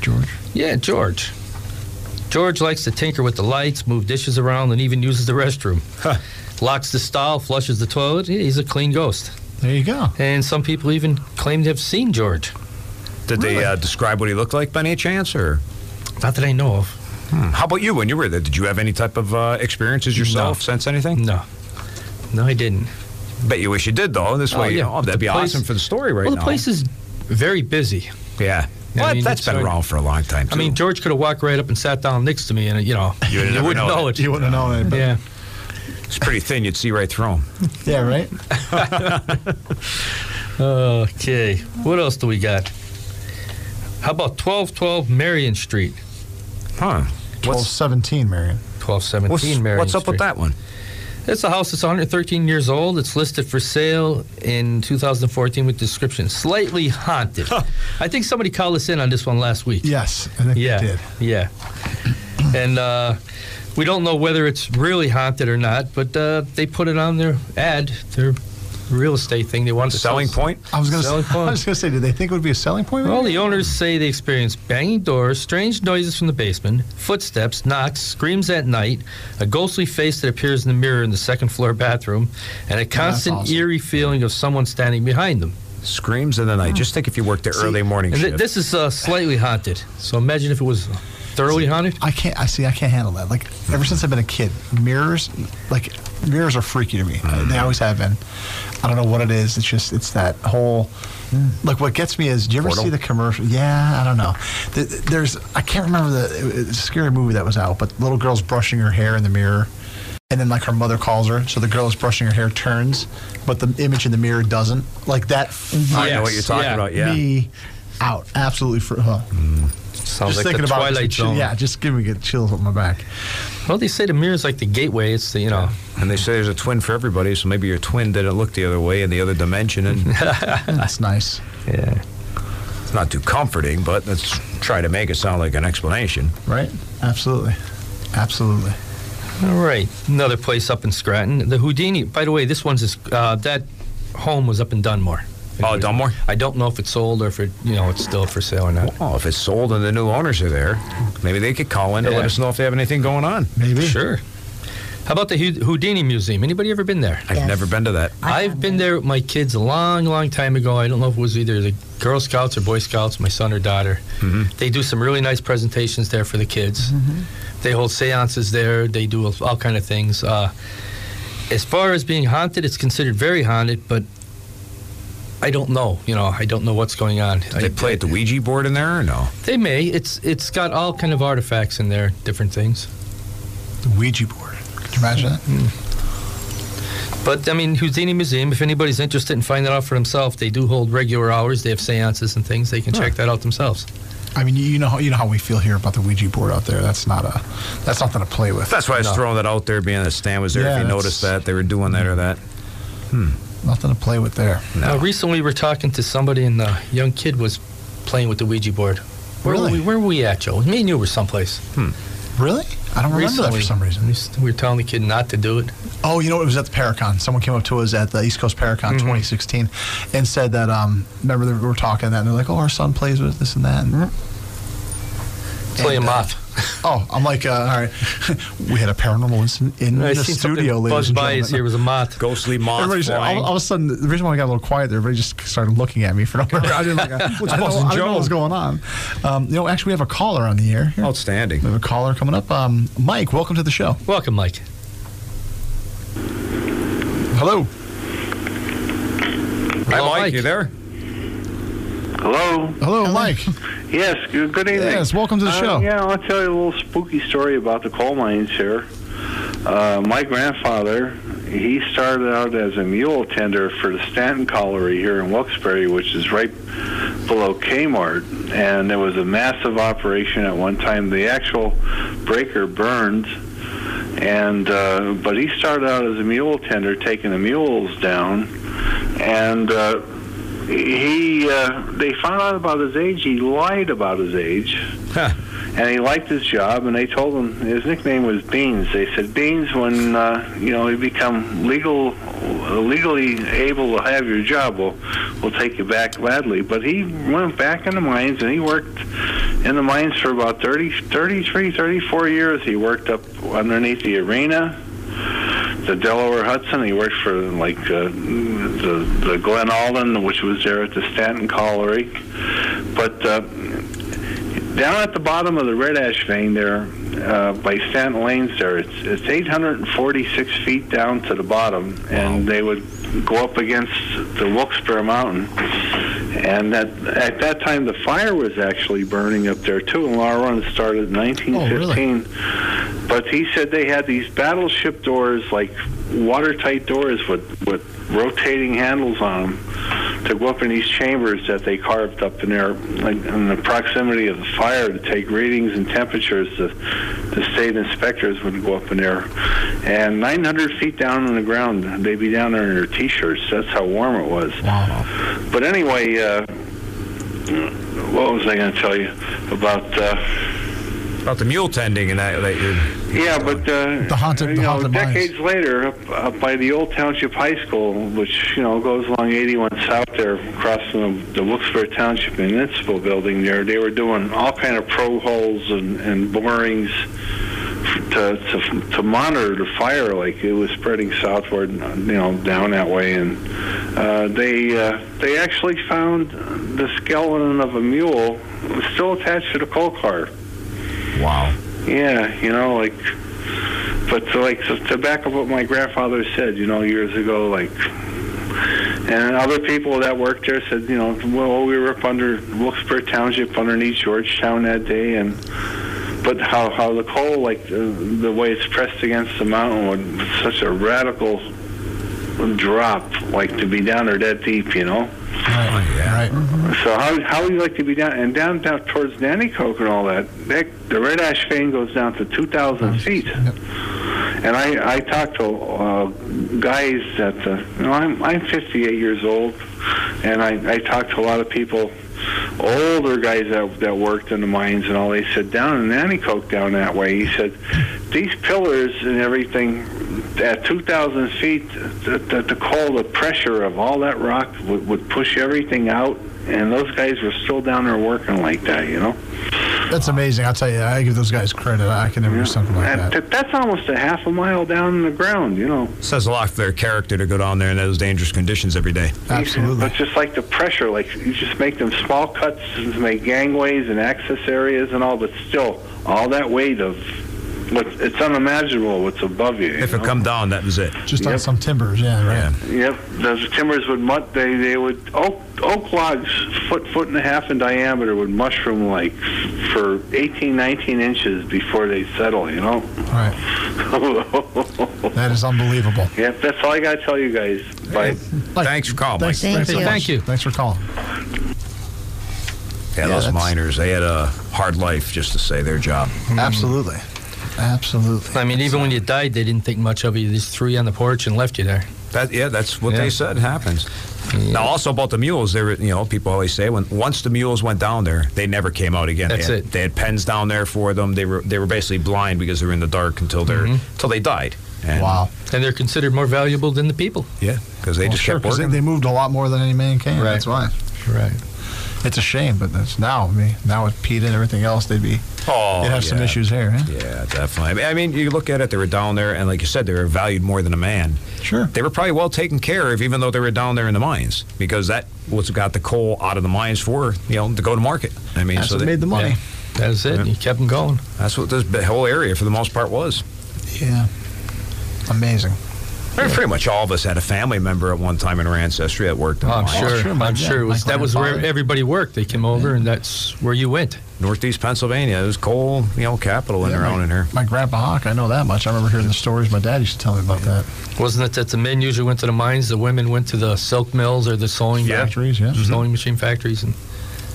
Speaker 3: George.
Speaker 4: Yeah, George. George likes to tinker with the lights, move dishes around, and even uses the restroom. Locks the stall, flushes the toilet. Yeah, He's a clean ghost.
Speaker 3: There you go.
Speaker 4: And some people even claim to have seen George.
Speaker 5: Did they
Speaker 3: Really?
Speaker 5: uh, describe what he looked like by any chance, or hmm,
Speaker 4: Not that I know of.
Speaker 5: how about you when you were there? Did you have any type of uh, experiences yourself?
Speaker 4: No.
Speaker 5: Sense anything?
Speaker 4: No. No, I didn't.
Speaker 5: Bet you wish you did though. This
Speaker 4: Oh,
Speaker 5: way,
Speaker 4: yeah.
Speaker 5: oh, that'd be
Speaker 4: The place-
Speaker 5: awesome for the story right
Speaker 4: well, the
Speaker 5: now.
Speaker 4: place is very busy.
Speaker 5: yeah.
Speaker 4: Yeah, I
Speaker 5: Well,
Speaker 4: mean,
Speaker 5: that's
Speaker 4: it's
Speaker 5: been
Speaker 4: sort of-
Speaker 5: around for a long time. Too.
Speaker 4: I mean, George could have walked right up and sat down next to me, and, uh, you know, [LAUGHS]
Speaker 5: You would've never
Speaker 4: wouldn't
Speaker 5: known
Speaker 4: know
Speaker 5: it.
Speaker 4: it.
Speaker 3: You wouldn't have known it. But
Speaker 4: Yeah.
Speaker 5: it's pretty thin. You'd see right through him.
Speaker 3: Yeah, right?
Speaker 4: Okay. What else do we got? How about 1212 Marion Street?
Speaker 5: Huh?
Speaker 3: 1217, Marion.
Speaker 4: 1217
Speaker 5: What's,
Speaker 4: Marion
Speaker 5: what's up
Speaker 4: Street.
Speaker 5: with that one?
Speaker 4: It's a house that's 113 years old. It's listed for sale in 2014 with description slightly haunted. I think somebody called us in on this one last week.
Speaker 3: Yes, I think they
Speaker 4: yeah,
Speaker 3: did.
Speaker 4: yeah. and uh, we don't know whether it's really haunted or not, but uh, they put it on their ad, their real estate thing. They wanted to sell
Speaker 5: Selling
Speaker 4: s-
Speaker 5: point?
Speaker 3: I was going
Speaker 4: Selling
Speaker 3: to
Speaker 4: point.
Speaker 3: I was going to say, [LAUGHS] did they think it would be a selling point? maybe?
Speaker 4: Well, the owners say they experience banging doors, strange noises from the basement, footsteps, knocks, screams at night, a ghostly face that appears in the mirror in the second floor bathroom, and a constant
Speaker 3: awesome.
Speaker 4: eerie feeling of someone standing behind them.
Speaker 5: Screams in the night. Just think if you worked the early morning
Speaker 4: And th-
Speaker 5: shift.
Speaker 4: this is uh, slightly haunted. So imagine if it was thoroughly haunted.
Speaker 3: I can't. I see. I can't handle that. Like ever since I've been a kid, mirrors, like mirrors are freaky to me. They always have been. I don't know what it is. It's just it's that whole. Like what gets me is, do you ever
Speaker 5: Portal?
Speaker 3: see the commercial? Yeah, I don't know. Th- th- There's I can't remember the it's a scary movie that was out, but little girl's brushing her hair in the mirror. And then, like her mother calls her, so the girl is brushing her hair, turns, but the image in the mirror doesn't. Like that,
Speaker 5: I know what
Speaker 4: Yes,
Speaker 5: you're talking
Speaker 4: yeah.
Speaker 5: about. Yeah.
Speaker 3: me out absolutely. For, huh.
Speaker 4: Sounds
Speaker 3: Just
Speaker 4: like
Speaker 3: thinking
Speaker 4: the
Speaker 3: about it,
Speaker 4: Twilight
Speaker 3: just-
Speaker 4: Zone.
Speaker 3: Yeah, just give me get chills up my back.
Speaker 4: Well, they say the mirror's like the gateway. It's the, you know,
Speaker 5: And they say there's a twin for everybody, so maybe your twin didn't look the other way in the other dimension, and
Speaker 3: That's nice.
Speaker 4: yeah.
Speaker 5: it's not too comforting. But let's try to make it sound like an explanation.
Speaker 3: right? Absolutely, absolutely.
Speaker 4: All right, another place up in Scranton, the Houdini. By the way, this one's is, uh, that home was up in Dunmore.
Speaker 5: Oh, Dunmore?
Speaker 4: I don't know if it's sold or if it, you know, it's still for sale or not.
Speaker 5: Well, if it's sold and the new owners are there, maybe they could call in to
Speaker 4: Yeah.
Speaker 5: let us know if they have anything going on.
Speaker 3: Maybe
Speaker 4: Sure. How about the Hu- Houdini Museum? Anybody ever been there?
Speaker 5: I've
Speaker 6: Yes.
Speaker 5: never been to that.
Speaker 6: I
Speaker 4: I've
Speaker 6: have
Speaker 4: been there with my kids a long, long time ago. I don't know if it was either the Girl Scouts or Boy Scouts, my son or daughter.
Speaker 5: Mm-hmm.
Speaker 4: They do some really nice presentations there for the kids. They hold seances there. They do all- all kind of things. Uh, as far as being haunted, it's considered very haunted, but I don't know. You know, I don't know what's going on.
Speaker 5: Do
Speaker 4: I-
Speaker 5: they play at the Ouija board in there or no?
Speaker 4: They may. It's it's got all kind of artifacts in there, different things.
Speaker 3: the Ouija board. Can you imagine that?
Speaker 4: But I mean, Houdini Museum. If anybody's interested in finding out for themselves, they do hold regular hours. They have seances and things. They can check that out themselves.
Speaker 3: I mean, you- you know, how, you know how we feel here about the Ouija board out there. That's not a, that's nothing to play with.
Speaker 5: That's why I was
Speaker 4: No.
Speaker 5: throwing that out there, being that Stan was there.
Speaker 3: Yeah,
Speaker 5: if you
Speaker 3: that's-
Speaker 5: noticed that they were doing that or that,
Speaker 3: nothing to play with there.
Speaker 4: Now, Uh, recently we were talking to somebody, and a young kid was playing with the Ouija board. Where
Speaker 3: Really?
Speaker 4: Were we, where were we at, Joe? Me and you were someplace.
Speaker 3: Really? I don't remember that for some reason.
Speaker 4: We s- We were telling the kid not to do it.
Speaker 3: Oh, you know, it was at the Paracon. Someone came up to us at the East Coast Paracon
Speaker 4: Mm-hmm.
Speaker 3: 2016 and said that, um, remember that we were talking that, and they're like, oh, our son plays with this and that. And,
Speaker 4: Mm-hmm. Play him
Speaker 3: uh,
Speaker 4: off.
Speaker 3: oh, I'm like, uh, all right. [LAUGHS] we had a paranormal incident in
Speaker 4: I
Speaker 3: the
Speaker 4: seen something
Speaker 3: studio, ladies
Speaker 4: Buzz
Speaker 3: and
Speaker 4: by us
Speaker 3: gentlemen.
Speaker 4: here was a moth.
Speaker 5: ghostly moth
Speaker 3: Everybody's all,
Speaker 5: flying.
Speaker 3: all of a sudden, the reason why I got a little quiet there, everybody just started looking at me for no reason. I didn't, like, I, [LAUGHS] I didn't know,
Speaker 5: Boston
Speaker 3: I didn't know
Speaker 5: Joe?
Speaker 3: what was going on. Um, you know, actually, we have a caller on the air. Here.
Speaker 5: Outstanding.
Speaker 3: We have a caller coming up. Um, Mike, welcome to the show.
Speaker 4: Welcome, Mike.
Speaker 3: Hello.
Speaker 5: Hi,
Speaker 4: Hello,
Speaker 5: Mike,
Speaker 4: Mike.
Speaker 5: You there?
Speaker 8: Hello.
Speaker 3: Hello, Mike.
Speaker 8: Yes. Good, good evening.
Speaker 3: Yes, welcome to the
Speaker 8: Uh,
Speaker 3: show.
Speaker 8: Yeah, I'll tell you a little spooky story about the coal mines here. Uh, my grandfather, he started out as a mule tender for the Stanton Colliery here in Wilkes-Barre, which is right below Kmart. And there was a massive operation at one time. The actual breaker burned, and uh, but he started out as a mule tender, taking the mules down, and. Uh, he uh, they found out about his age. He lied about his age,
Speaker 5: Huh.
Speaker 8: and he liked his job. And they told him his nickname was Beans. They said Beans when uh, you know he become legal legally able to have your job, we'll, we'll take you back gladly. But he went back in the mines and he worked in the mines for about 30, 33, 34 years. He worked up underneath the arena the Delaware Hudson. He worked for like uh, the the Glen Alden, which was there at the Staten Colliery. But uh, down at the bottom of the Red Ash vein there, uh, by Staten Lanes there, it's it's 846 feet down to the bottom, and they would go up against the Wilkes-Barre Mountain. And that at that time, the fire was actually burning up there too. And Laura Run started in 1915. But he said they had these battleship doors, like watertight doors with, with rotating handles on them, to go up in these chambers that they carved up in there, like in the proximity of the fire, to take readings and temperatures. The, the state inspectors would go up in there. And 900 feet down on the ground, they'd be down there in their t shirts. That's how warm it was. But anyway, uh, what was I going to tell you about. Uh,
Speaker 5: About the mule tending and that. that you're,
Speaker 8: yeah, but uh,
Speaker 3: The haunted-
Speaker 8: you
Speaker 3: the
Speaker 8: know,
Speaker 3: haunted mines.
Speaker 8: decades later, up, up by the old Township High School, which you know goes along 81 South there, across the, the Wilkes-Barre Township Municipal Building there, they were doing all kind of pro holes and, and borings to, to to monitor the fire, like it was spreading southward, you know, down that way, and uh, they uh, they actually found the skeleton of a mule still attached to the coal car.
Speaker 5: Wow.
Speaker 8: Yeah, you know, like, but to, like to, to back up what my grandfather said, you know, years ago, like, and other people that worked there said, you know, well, we were up under Wilkes-Barre Township underneath Georgetown that day, and but how how the coal, like the, the way it's pressed against the mountain, would such a radical drop, like to be down there that deep, you know.
Speaker 3: Right. Right.
Speaker 8: So how how would you like to be down and down down towards Nanticoke and all that? That the red ash vein goes down to two thousand feet. And I I talked to uh, guys that uh, you know I'm I'm 58 years old, and I I talked to a lot of people, older guys that that worked in the mines and all. They said down in Nanticoke down that way. He said these pillars and everything at 2,000 feet, the, the, the cold, the pressure of all that rock would, would push everything out, and those guys were still down there working like that, you know?
Speaker 3: That's amazing. I'll tell you, I give those guys credit. I can never do something like
Speaker 8: And
Speaker 3: that.
Speaker 8: th- that's almost a half a mile down in the ground, you know?
Speaker 5: Says a lot for their character to go down there in those dangerous conditions every day.
Speaker 3: Absolutely.
Speaker 8: But just like the pressure, like you just make them small cuts, and make gangways and access areas and all, but still, all that weight of what it's unimaginable what's above you. you
Speaker 5: If it
Speaker 8: know?
Speaker 5: come down, that was it.
Speaker 3: Just on
Speaker 8: Yep.
Speaker 3: some timbers, yeah,
Speaker 5: Yeah.
Speaker 3: right.
Speaker 8: Yep, the timbers would mut. They they would oak oak logs foot foot and a half in diameter would mushroom like for 18, 19 inches before they settle. You know.
Speaker 3: Right.
Speaker 8: [LAUGHS]
Speaker 3: [LAUGHS] That is unbelievable.
Speaker 8: yep, that's all I gotta tell you guys. Bye.
Speaker 3: Mike,
Speaker 5: Thanks for calling, Mike.
Speaker 6: Thank
Speaker 3: so
Speaker 6: you.
Speaker 3: much.
Speaker 4: Thank you.
Speaker 3: Thanks for calling.
Speaker 5: Yeah, those
Speaker 3: that's-
Speaker 5: miners, they had a hard life just to say their job.
Speaker 3: Absolutely. Absolutely.
Speaker 4: I mean, even when you died, they didn't think much of you. They just threw you on the porch and left you there.
Speaker 5: That yeah, that's what
Speaker 4: Yeah.
Speaker 5: they said happens. Now, also about the mules, there were- you know people always say when once the mules went down there, they never came out again.
Speaker 4: That's
Speaker 5: they had,
Speaker 4: it.
Speaker 5: They had pens down there for them. They were they were basically blind because they were in the dark until they are until they died. And,
Speaker 3: Mm-hmm. Wow.
Speaker 4: And they're considered more valuable than the people.
Speaker 5: Yeah, because they
Speaker 3: Well,
Speaker 5: just
Speaker 3: Oh, sure,
Speaker 5: kept
Speaker 3: 'cause they-
Speaker 5: working.
Speaker 3: They moved a lot more than any man can.
Speaker 4: Right.
Speaker 3: That's why.
Speaker 4: Right.
Speaker 3: It's a shame, but that's now. I mean, now with PETA and everything else, they'd be.
Speaker 5: oh,
Speaker 3: they'd have some
Speaker 5: yeah.
Speaker 3: issues here. eh?
Speaker 5: Yeah, definitely. I mean- I mean, you look at it; they were down there, and like you said, they were valued more than a man.
Speaker 3: Sure.
Speaker 5: They were probably well taken care of, even though they were down there in the mines, because that was got the coal out of the mines for you know to go to market. I mean,
Speaker 3: That's
Speaker 5: so
Speaker 3: what
Speaker 5: they,
Speaker 3: made the money.
Speaker 4: That's it. And you kept them going.
Speaker 5: that's what this b- whole area, for the most part, was.
Speaker 3: Yeah. Amazing.
Speaker 5: I mean, Pretty much all of us had a family member at one time in our ancestry that worked in
Speaker 4: Oh, I'm
Speaker 5: mines.
Speaker 4: sure.
Speaker 3: sure, my-
Speaker 4: I'm
Speaker 3: yeah,
Speaker 4: sure it
Speaker 3: my
Speaker 4: was. That was where
Speaker 3: grandfather.
Speaker 4: everybody worked. They came over, and that's where you went.
Speaker 5: Northeast Pennsylvania. It was coal, you know, capital in
Speaker 3: Yeah,
Speaker 5: and around
Speaker 3: my,
Speaker 5: in here.
Speaker 3: My grandpa Hawk, I know that much. I remember hearing the stories my dad used to tell me about that.
Speaker 4: Wasn't it that the men usually went to the mines, the women went to the silk mills or the sewing
Speaker 5: Yeah.
Speaker 3: Factories, yeah.
Speaker 4: sewing machine factories, and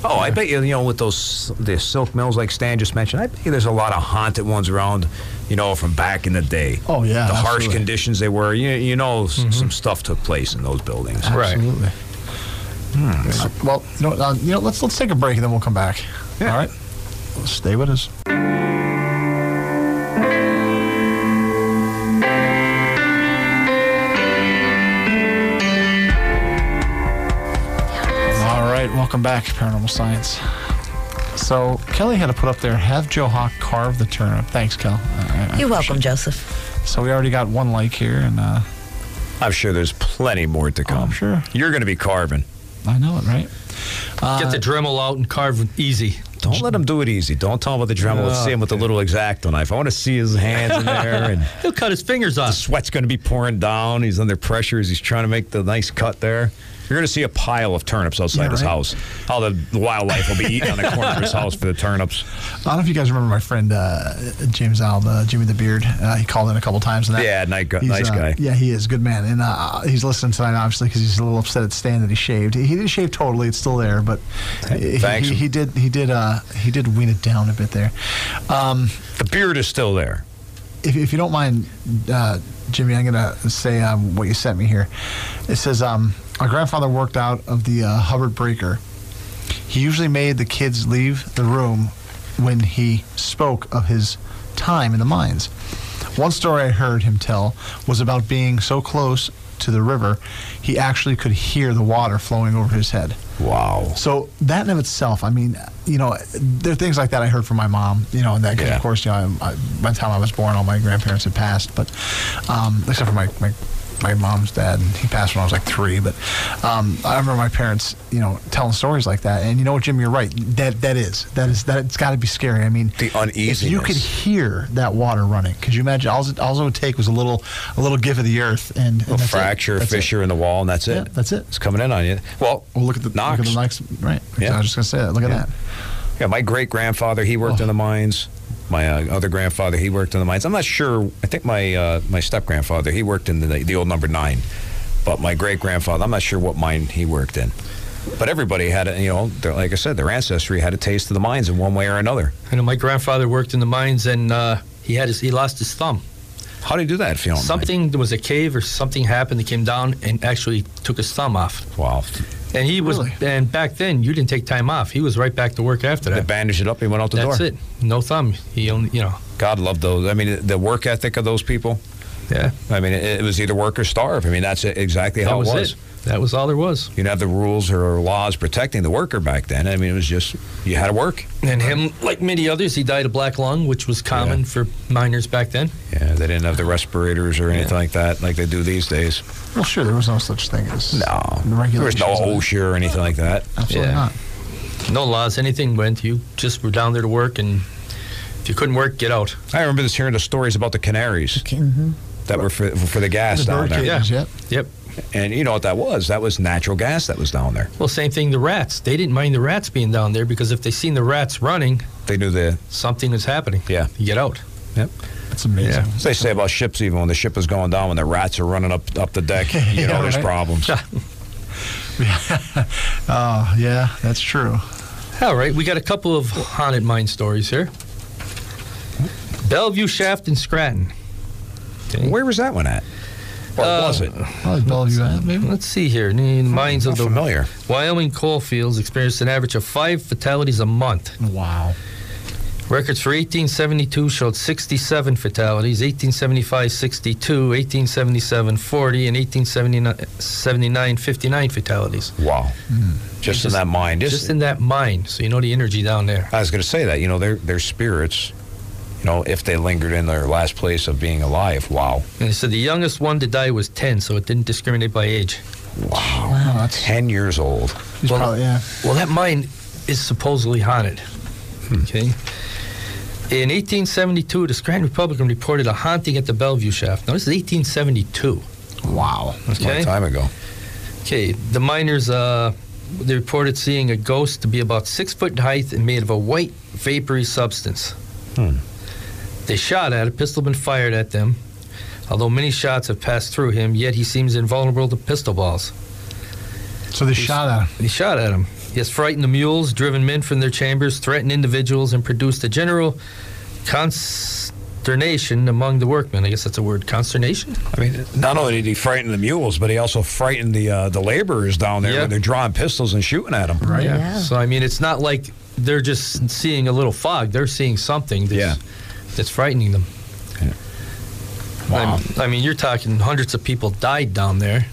Speaker 5: Oh, I bet you, you know, with those the silk mills like Stan just mentioned, I bet you there's a lot of haunted ones around, you know, from back in the day.
Speaker 3: Oh, yeah,
Speaker 5: The harsh
Speaker 3: absolutely. Mm-hmm.
Speaker 5: conditions they were. You, you know, s some stuff took place in those buildings.
Speaker 4: Right.
Speaker 3: Absolutely. Uh, well, you know, uh, you know, let's let's take a break and then we'll come back. All right. Stay with us. welcome back, Paranormal Science. So Kelly had to put up there, have Joe Hawk carve the turnip. Thanks, Kel. I- I- I
Speaker 6: You're welcome,
Speaker 3: appreciate
Speaker 6: Joseph.
Speaker 3: it. So we already got one like here, and uh,
Speaker 5: I'm sure there's plenty more to come.
Speaker 3: sure.
Speaker 5: You're going to be carving.
Speaker 3: I know it, right?
Speaker 4: Get the Dremel out and carve easy.
Speaker 5: Don't let him do it easy. Don't tell him about the Dremel. Let's see him with the little exacto knife. I want to see his hands in there, [LAUGHS] and
Speaker 4: He'll cut his fingers
Speaker 5: the
Speaker 4: off.
Speaker 5: sweat's going to be pouring down. He's under pressure as he's trying to make the nice cut there. You're going to see a pile of turnips outside
Speaker 3: Yeah,
Speaker 5: his
Speaker 3: right.
Speaker 5: house. All the wildlife will be eating on the corner of his house for the turnips.
Speaker 3: I don't know if you guys remember my friend uh, James Alba, Jimmy the Beard. Uh, he called in a couple times. And that,
Speaker 5: Yeah, nice gu-
Speaker 3: He's,
Speaker 5: nice
Speaker 3: uh,
Speaker 5: guy.
Speaker 3: Yeah, he is good man, and uh, he's listening tonight obviously because he's a little upset at Stan that he shaved. He, he didn't shave totally; it's still there, but he,
Speaker 5: thanks.
Speaker 3: he, he did he did uh, he did wean it down a bit there. Um,
Speaker 5: The beard is still there.
Speaker 3: if, if you don't mind, uh, Jimmy, I'm gonna say um, what you sent me here. It says um, my grandfather worked out of the uh, Hubbard breaker. He usually made the kids leave the room when he spoke of his time in the mines. One story I heard him tell was about being so close to the river, he actually could hear the water flowing over his head.
Speaker 5: Wow.
Speaker 3: So that in of itself, I mean, you know, there are things like that I heard from my mom, you know, and that 'cause
Speaker 5: Yeah.
Speaker 3: of course, you know, I, I, by the time I was born, all my grandparents had passed, but um, except for my, my my mom's dad, and he passed when I was like three. But um, I remember my parents, you know, telling stories like that. And you know what, Jim, you're right. That that is that is that it's got to be scary. I mean,
Speaker 5: The
Speaker 3: If you could
Speaker 5: uneasiness.
Speaker 3: hear that water running, could you imagine? All it, all it would take was a little a little give of the earth and, and
Speaker 5: A
Speaker 3: that's it.
Speaker 5: fracture,
Speaker 3: That's it.
Speaker 5: fissure in the wall, and that's it.
Speaker 3: Yeah, that's it.
Speaker 5: It's coming in on you. Well,
Speaker 3: Well, look at the
Speaker 5: Knox.
Speaker 3: Look at the next, right?
Speaker 5: Yeah.
Speaker 3: I was just gonna say that. Look at
Speaker 5: Yeah.
Speaker 3: that.
Speaker 5: Yeah, my great grandfather he worked
Speaker 3: Oh.
Speaker 5: in the mines. My uh, other grandfather he worked in the mines. I'm not sure. I think my uh, my step grandfather he worked in the the old number nine, but my great grandfather I'm not sure what mine he worked in. But everybody had a, you know, their- like I said, their ancestry had a taste of the mines in one way or another.
Speaker 4: I know my grandfather worked in the mines and uh, he had his, he lost his thumb.
Speaker 5: How do you do that, if you don't mind?
Speaker 4: Something there was a cave or something happened. He came down and actually took his thumb off.
Speaker 5: Wow.
Speaker 4: And he was
Speaker 3: Really?
Speaker 4: and back then you didn't take time off. He was right back to work after
Speaker 5: They
Speaker 4: that.
Speaker 5: bandaged it up. He went out the
Speaker 4: That's
Speaker 5: door.
Speaker 4: it. No thumb. He only you know.
Speaker 5: God loved those. I mean, the work ethic of those people.
Speaker 4: Yeah.
Speaker 5: I mean, it, it was either work or starve. I mean, that's exactly
Speaker 4: that
Speaker 5: how
Speaker 4: was,
Speaker 5: it was.
Speaker 4: it. That was all there was.
Speaker 5: You didn't have the rules or laws protecting the worker back then. I mean, it was just you had to work.
Speaker 4: And him, like many others, he died of black lung, which was common
Speaker 5: Yeah.
Speaker 4: for miners back then.
Speaker 5: Yeah, they didn't have the respirators or anything like that, like they do these days.
Speaker 3: Well, sure, there was no such thing as the
Speaker 5: there was
Speaker 3: regulations.
Speaker 5: no
Speaker 3: on it.
Speaker 5: OSHA or anything like that.
Speaker 3: Absolutely
Speaker 4: Yeah.
Speaker 3: not.
Speaker 4: No laws, anything went. You just were down there to work, and if you couldn't work, get out.
Speaker 5: I remember this hearing the stories about the canaries that were for, for the gas
Speaker 3: mm-hmm. The
Speaker 5: down
Speaker 3: bird
Speaker 5: there,
Speaker 3: cages, yep.
Speaker 4: Yep.
Speaker 5: and you know what that was? That was natural gas that was down there.
Speaker 4: Well, same thing. The rats. They didn't mind the rats being down there because if they seen the rats running,
Speaker 5: They knew the.
Speaker 4: something was happening.
Speaker 5: Yeah.
Speaker 4: You get out.
Speaker 5: Yep.
Speaker 3: That's amazing.
Speaker 5: As they say about ships, even when the ship is going down, when the rats are running up up the
Speaker 3: [LAUGHS]
Speaker 5: deck, you know
Speaker 3: Yeah,
Speaker 5: there's
Speaker 3: right.
Speaker 5: problems.
Speaker 3: Oh, yeah, that's true.
Speaker 4: All right, we got a couple of haunted mine stories here. Bellevue Shaft in Scranton. Okay.
Speaker 5: Where was that one at? Or
Speaker 4: Uh,
Speaker 5: was it?
Speaker 3: Probably Bellevue Island, maybe.
Speaker 4: Let's see here. The mines
Speaker 5: Not
Speaker 4: of the
Speaker 5: familiar.
Speaker 4: Wyoming coal fields experienced an average of five fatalities a month.
Speaker 3: Wow.
Speaker 4: Records for 1872 showed 67 fatalities, 1875 62, 1877 40, and 1879 59 fatalities.
Speaker 5: Wow.
Speaker 3: Hmm.
Speaker 5: Just, in that mind.
Speaker 4: Just, in that mine, so you know the energy down there.
Speaker 5: I was going to say that. You know, their their spirits. You know, if they lingered in their last place of being alive, wow,
Speaker 4: And they said the youngest one to die was 10, so it didn't discriminate by age.
Speaker 5: wow,
Speaker 3: Wow, that's
Speaker 5: ten years old.
Speaker 3: he's
Speaker 4: Well,
Speaker 3: probably, yeah.
Speaker 4: Well, that mine is supposedly haunted. Okay. In 1872, the Scranton Republican reported a haunting at the Bellevue shaft. Now, this is 1872.
Speaker 3: Wow.
Speaker 5: A long
Speaker 4: Okay.
Speaker 5: time ago.
Speaker 4: Okay, the miners uh, they reported seeing a ghost to be about six foot in height and made of a white vapory substance. They shot at it, pistol been fired at them. Although many shots have passed through him, yet he seems invulnerable to pistol balls.
Speaker 3: So they shot at him.
Speaker 4: They shot at him. He has frightened the mules, driven men from their chambers, threatened individuals, and produced a general consternation among the workmen. I guess that's a word, consternation.
Speaker 5: I mean, not only did he frighten the mules, but he also frightened the uh, the laborers down there.
Speaker 4: Yeah.
Speaker 5: when They're drawing pistols and shooting at them.
Speaker 3: Right.
Speaker 6: Yeah.
Speaker 4: So I mean, it's not like they're just seeing a little fog. They're seeing something that's, that's frightening them.
Speaker 5: Wow.
Speaker 4: I'm- I mean, you're talking hundreds of people died down there.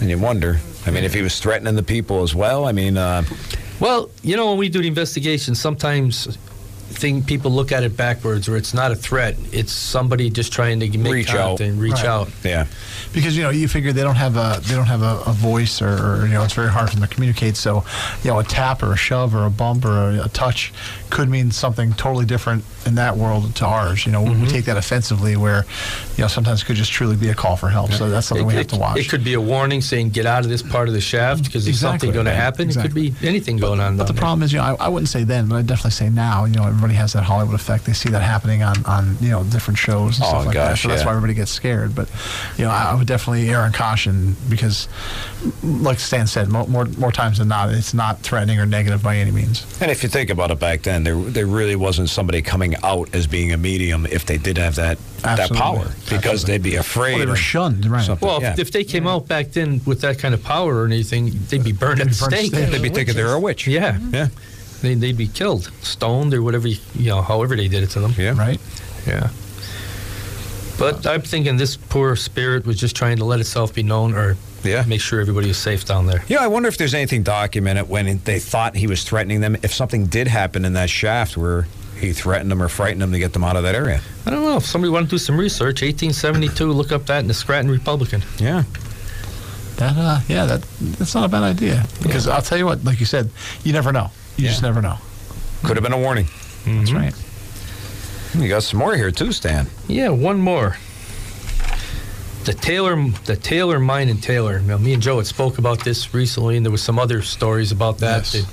Speaker 5: And you wonder. I mean, if he was threatening the people as well. I mean, uh,
Speaker 4: Well, you know, when we do the investigation, sometimes thing people look at it backwards, where it's not a threat; it's somebody just trying to make
Speaker 5: Reach out.
Speaker 4: contact and reach
Speaker 3: Right.
Speaker 4: out.
Speaker 5: yeah.
Speaker 3: because you know you figure they don't have a they don't have a, a voice or, or you know it's very hard for them to communicate so you know a tap or a shove or a bump or a, a touch could mean something totally different in that world to ours you know
Speaker 4: Mm-hmm.
Speaker 3: we take that offensively where you know sometimes it could just truly be a call for help so that's something we have to watch
Speaker 4: It could be a warning saying, "Get out of this part of the shaft because there's
Speaker 3: Exactly.
Speaker 4: something going to happen."
Speaker 3: Exactly.
Speaker 4: It could be anything going on.
Speaker 3: But the
Speaker 4: down there.
Speaker 3: problem is, you know, I, I wouldn't say then, but I would definitely say now. You know, everybody has that Hollywood effect. They see that happening on, on you know different shows and
Speaker 5: Oh,
Speaker 3: stuff like that.
Speaker 5: gosh,
Speaker 3: So that's
Speaker 5: yeah.
Speaker 3: why everybody gets scared. But you know, I, I would definitely err on caution because, like Stan said, mo- more more times than not, it's not threatening or negative by any means.
Speaker 5: And if you think about it back then, there there really wasn't somebody coming out as being a medium if they did have that that
Speaker 3: Absolutely.
Speaker 5: power because
Speaker 3: Absolutely.
Speaker 5: they'd be afraid.
Speaker 3: Well, they were
Speaker 5: of
Speaker 3: shunned, right?
Speaker 5: something.
Speaker 4: Well,
Speaker 5: Yeah.
Speaker 4: if, if they came out back then with that kind of power or anything, they'd be burned
Speaker 3: They'd
Speaker 4: at
Speaker 3: be burned at
Speaker 4: stake.
Speaker 3: stake.
Speaker 5: they'd be thinking they're a witch.
Speaker 4: Yeah,
Speaker 5: Yeah.
Speaker 4: they, they'd be killed, stoned, or whatever. You you know, however they did it to them.
Speaker 5: Yeah.
Speaker 3: Right?
Speaker 4: Yeah. But I'm thinking this poor spirit was just trying to let itself be known or
Speaker 5: Yeah.
Speaker 4: make sure everybody was safe down there.
Speaker 5: Yeah, I wonder if there's anything documented when they thought he was threatening them. If something did happen in that shaft where he threatened them or frightened them to get them out of that area.
Speaker 4: I don't know. If somebody wanted to do some research, 1872, look up that in the Scranton Republican.
Speaker 5: Yeah.
Speaker 3: That uh, yeah, that that's not a bad idea because I'll tell you what, like you said, you never know. You just
Speaker 5: Yeah. Mm-hmm.
Speaker 3: never know.
Speaker 5: Could have been a warning.
Speaker 3: That's right.
Speaker 5: You got some more here too, Stan.
Speaker 4: Yeah, one more. The Taylor, the Taylor mine in Taylor. Now, me and Joe had spoke about this recently, and there was some other stories about
Speaker 3: Yes.
Speaker 4: that. that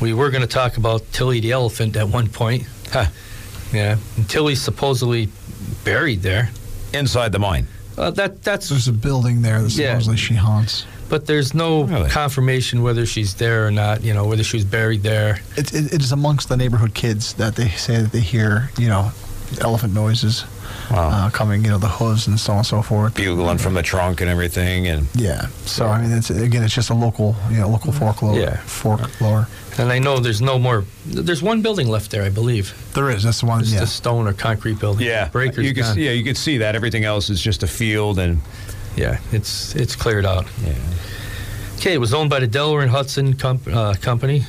Speaker 4: we were going to talk about Tilly the elephant at one point.
Speaker 5: Huh.
Speaker 4: Yeah, and Tilly's supposedly buried there.
Speaker 5: Inside the mine.
Speaker 4: Uh, that that's
Speaker 3: There's a building there that
Speaker 4: Yeah.
Speaker 3: supposedly she haunts.
Speaker 4: But there's no
Speaker 5: Really?
Speaker 4: confirmation whether she's there or not. You know, whether she was buried there.
Speaker 3: it, it, it is amongst the neighborhood kids that they say that they hear, you know, elephant noises
Speaker 5: Wow.
Speaker 3: uh, coming, you know, the hooves and so on and so forth.
Speaker 5: Bugling from the trunk and everything and
Speaker 3: Yeah. So I mean, it's again, it's just a local, you know, local folklore.
Speaker 4: Yeah.
Speaker 3: Folklore.
Speaker 4: And I know there's no more. There's one building left there, I believe.
Speaker 3: There is. That's the one.
Speaker 4: It's
Speaker 3: Yeah.
Speaker 4: a stone or concrete building.
Speaker 5: Yeah,
Speaker 4: breakers.
Speaker 5: you can,
Speaker 4: gone.
Speaker 5: yeah, you can see that. Everything else is just a field, and
Speaker 4: yeah, it's it's cleared out.
Speaker 5: yeah.
Speaker 4: Okay, it was owned by the Delaware and Hudson com- uh, Company,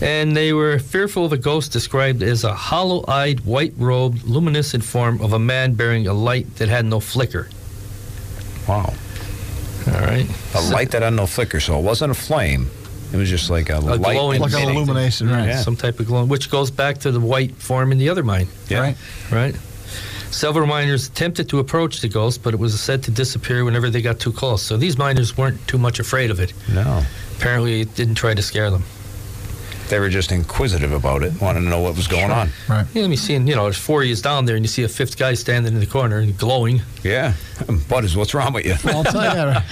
Speaker 4: and they were fearful of a ghost described as a hollow-eyed, white-robed, luminescent form of a man bearing a light that had no flicker.
Speaker 5: wow,
Speaker 4: All right,
Speaker 5: a light that had no flicker, so it wasn't a flame. It was just like a, light,
Speaker 4: glowing
Speaker 3: like an
Speaker 4: Anything.
Speaker 3: illumination, right?
Speaker 5: Yeah.
Speaker 4: some type of glow, which goes back to the white form in the other mine.
Speaker 5: Yeah.
Speaker 3: Right.
Speaker 4: right? Several miners attempted to approach the ghost, but it was said to disappear whenever they got too close. So these miners weren't too much afraid of it.
Speaker 5: No,
Speaker 4: Apparently, it didn't try to scare them.
Speaker 5: they were just inquisitive about it, wanted to know what was going on.
Speaker 3: Right.
Speaker 4: Yeah, you seeing, you know, there's four of yous down there, and you see a fifth guy standing in the corner and glowing.
Speaker 5: Yeah, [LAUGHS] Butters, what's wrong with you?
Speaker 3: Well, I'll tell you that.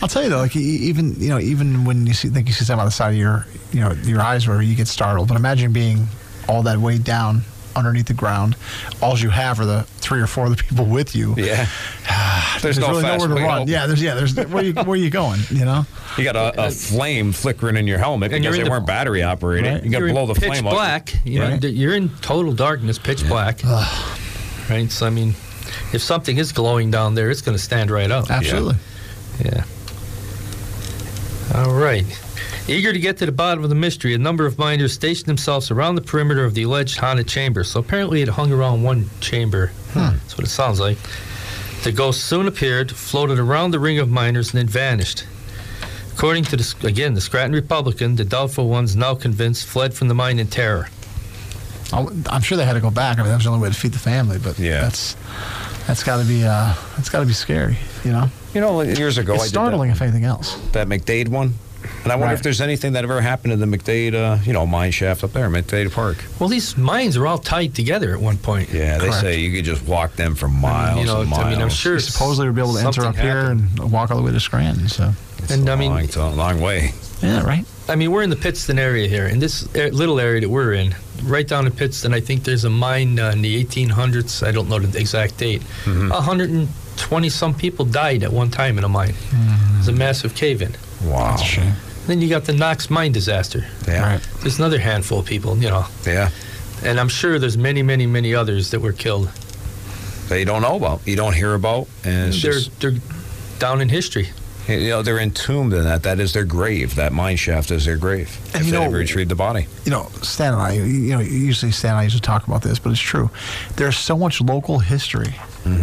Speaker 3: I'll tell you though, like e- even you know, even when you see, think you see something on the side of your, you know, your eyes where you get startled. But imagine being all that way down underneath the ground. All you have are the three or four of the people with you.
Speaker 5: Yeah, [SIGHS] there's, no
Speaker 3: really
Speaker 5: fast
Speaker 3: nowhere to
Speaker 5: way
Speaker 3: run.
Speaker 5: out.
Speaker 3: Yeah, there's yeah, there's where you where you going?
Speaker 5: [LAUGHS]
Speaker 3: You know,
Speaker 5: you got a, a flame flickering in your helmet
Speaker 4: And you're
Speaker 5: because they
Speaker 4: in the-
Speaker 5: weren't battery operated.
Speaker 3: Right.
Speaker 5: You got to
Speaker 4: You're
Speaker 5: blow
Speaker 4: in
Speaker 5: the
Speaker 4: pitch
Speaker 5: flame
Speaker 4: black. You know,
Speaker 5: Right.
Speaker 4: d- you're in total darkness, pitch black. right. So I mean, if something is glowing down there, it's going to stand right out.
Speaker 3: absolutely.
Speaker 4: Yeah. All right. Eager to get to the bottom of the mystery, a number of miners stationed themselves around the perimeter of the alleged haunted chamber. So apparently it hung around one chamber.
Speaker 5: Hmm.
Speaker 4: That's what it sounds like. The ghost soon appeared, floated around the ring of miners, and then vanished. According to, the, again, the Scranton Republican, the doubtful ones, now convinced, fled from the mine in terror.
Speaker 3: I'll, I'm sure they had to go back. I mean, that was the only way to feed the family. But
Speaker 5: Yeah.
Speaker 3: that's that's got to be uh, that's got to be scary. You know,
Speaker 5: You know, years ago, Oh, I
Speaker 3: it's
Speaker 5: did
Speaker 3: startling
Speaker 5: That.
Speaker 3: if anything else.
Speaker 5: that McDade one. And I wonder
Speaker 3: Right.
Speaker 5: if there's anything that ever happened in the McDade, uh, you know, mine shaft up there, McDade Park.
Speaker 4: Well, these mines are all tied together at one point.
Speaker 5: Yeah, they
Speaker 3: Correct.
Speaker 5: say you could just walk them for miles
Speaker 4: you know,
Speaker 5: and miles.
Speaker 4: I mean, I'm sure
Speaker 3: They supposedly were able to enter up
Speaker 4: something happened.
Speaker 3: here and walk all the way to Scranton. So
Speaker 5: It's
Speaker 4: and
Speaker 5: a
Speaker 4: I mean,
Speaker 5: long, to- long way.
Speaker 3: yeah, right.
Speaker 4: I mean, we're in the Pittston area here, in this a- little area that we're in, right down in Pittston. I think there's a mine uh, in the 1800s. I don't know the exact date.
Speaker 5: Mm-hmm.
Speaker 4: 120 some people died at one time in a mine.
Speaker 5: Mm-hmm.
Speaker 4: It's a massive cave-in.
Speaker 5: Wow.
Speaker 3: That's a shame.
Speaker 4: Then you got the Knox mine disaster.
Speaker 5: Yeah.
Speaker 3: Right.
Speaker 4: There's another handful of people, you know,
Speaker 5: Yeah.
Speaker 4: and I'm sure there's many, many, many others that were killed.
Speaker 5: They don't know about. You don't hear about. And it's
Speaker 4: they're
Speaker 5: just,
Speaker 4: they're down in history.
Speaker 5: You know, they're entombed in that. That is their grave. That mine shaft is their grave.
Speaker 3: And
Speaker 5: if
Speaker 3: you
Speaker 5: they
Speaker 3: know-
Speaker 5: ever retrieve the body.
Speaker 3: you know, Stan and I, you know, usually Stan and I used to talk about this, but it's true. There's so much local history
Speaker 5: Mm-hmm.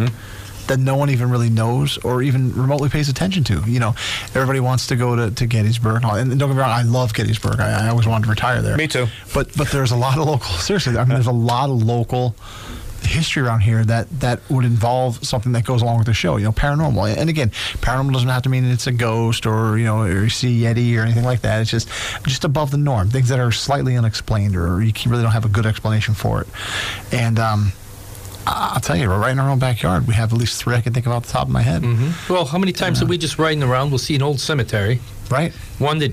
Speaker 3: that no one even really knows or even remotely pays attention to. You know, everybody wants to go to, to Gettysburg. And all- and don't get me wrong, I love Gettysburg. I, I always wanted to retire there.
Speaker 5: Me too.
Speaker 3: But but there's a lot of local, [LAUGHS] seriously, I mean, there's a lot of local history around here that that would involve something that goes along with the show you know paranormal and again paranormal doesn't have to mean it's a ghost or you know or you see yeti or anything like that it's just just above the norm things that are slightly unexplained or you can- really don't have a good explanation for it and um I- I'll tell you, we're right in our own backyard. We have at least three I can think of off the top of my head,
Speaker 5: Mm-hmm.
Speaker 4: Well, how many times are we just riding around? We'll see an old cemetery,
Speaker 3: right?
Speaker 4: one that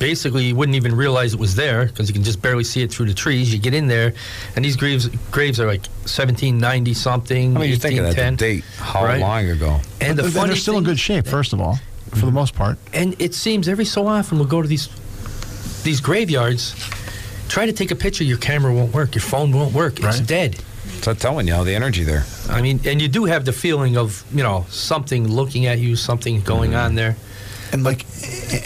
Speaker 4: basically you wouldn't even realize it was there because you can just barely see it through the trees. You get in there, and these graves graves are like 1790 something.
Speaker 5: I mean, you think of that the
Speaker 4: 1810.
Speaker 5: date, how
Speaker 4: right?
Speaker 5: long ago?
Speaker 4: And the
Speaker 3: But they're
Speaker 4: funny
Speaker 3: still in
Speaker 4: thing- Mm-hmm.
Speaker 3: good shape, first of all, for the most part.
Speaker 4: and it seems every so often we'll go to these these graveyards try to take a picture your camera won't work your phone won't work it's
Speaker 3: Right.
Speaker 4: dead
Speaker 5: So I'm telling you, all the energy there.
Speaker 4: i mean and you do have the feeling of you know something looking at you something going
Speaker 5: Mm.
Speaker 4: on there
Speaker 3: and like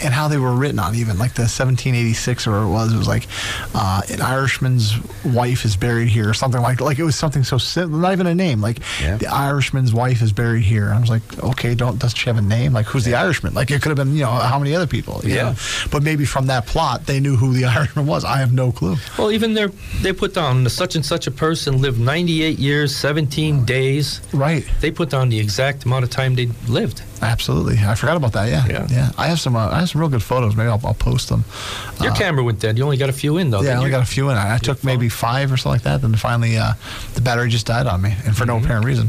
Speaker 3: and how they were written on even like the 1786 or it was it was like uh, an irishman's wife is buried here or something like like it was something so simple not even a name like
Speaker 5: Yeah.
Speaker 3: the irishman's wife is buried here i was like okay don't doesn't she have a name like who's the irishman like it could have been you know how many other people you
Speaker 5: Yeah.
Speaker 3: know? but maybe from that plot they knew who the [LAUGHS] irishman was i have no clue
Speaker 4: well even there they put down such and such a person lived 98 years 17 days
Speaker 3: right
Speaker 4: they put down the exact amount of time they lived
Speaker 3: absolutely i forgot about that yeah
Speaker 4: Yeah.
Speaker 3: i have some uh, i have some real good photos maybe i'll, I'll post them
Speaker 4: your camera went dead you only got a few in though
Speaker 3: Uh-huh. Yeah, I only
Speaker 4: didn't you?
Speaker 3: got a few in. I, I took maybe five or something like that. Then finally, uh, the battery just died on me, and for
Speaker 5: Mm-hmm.
Speaker 3: no apparent reason.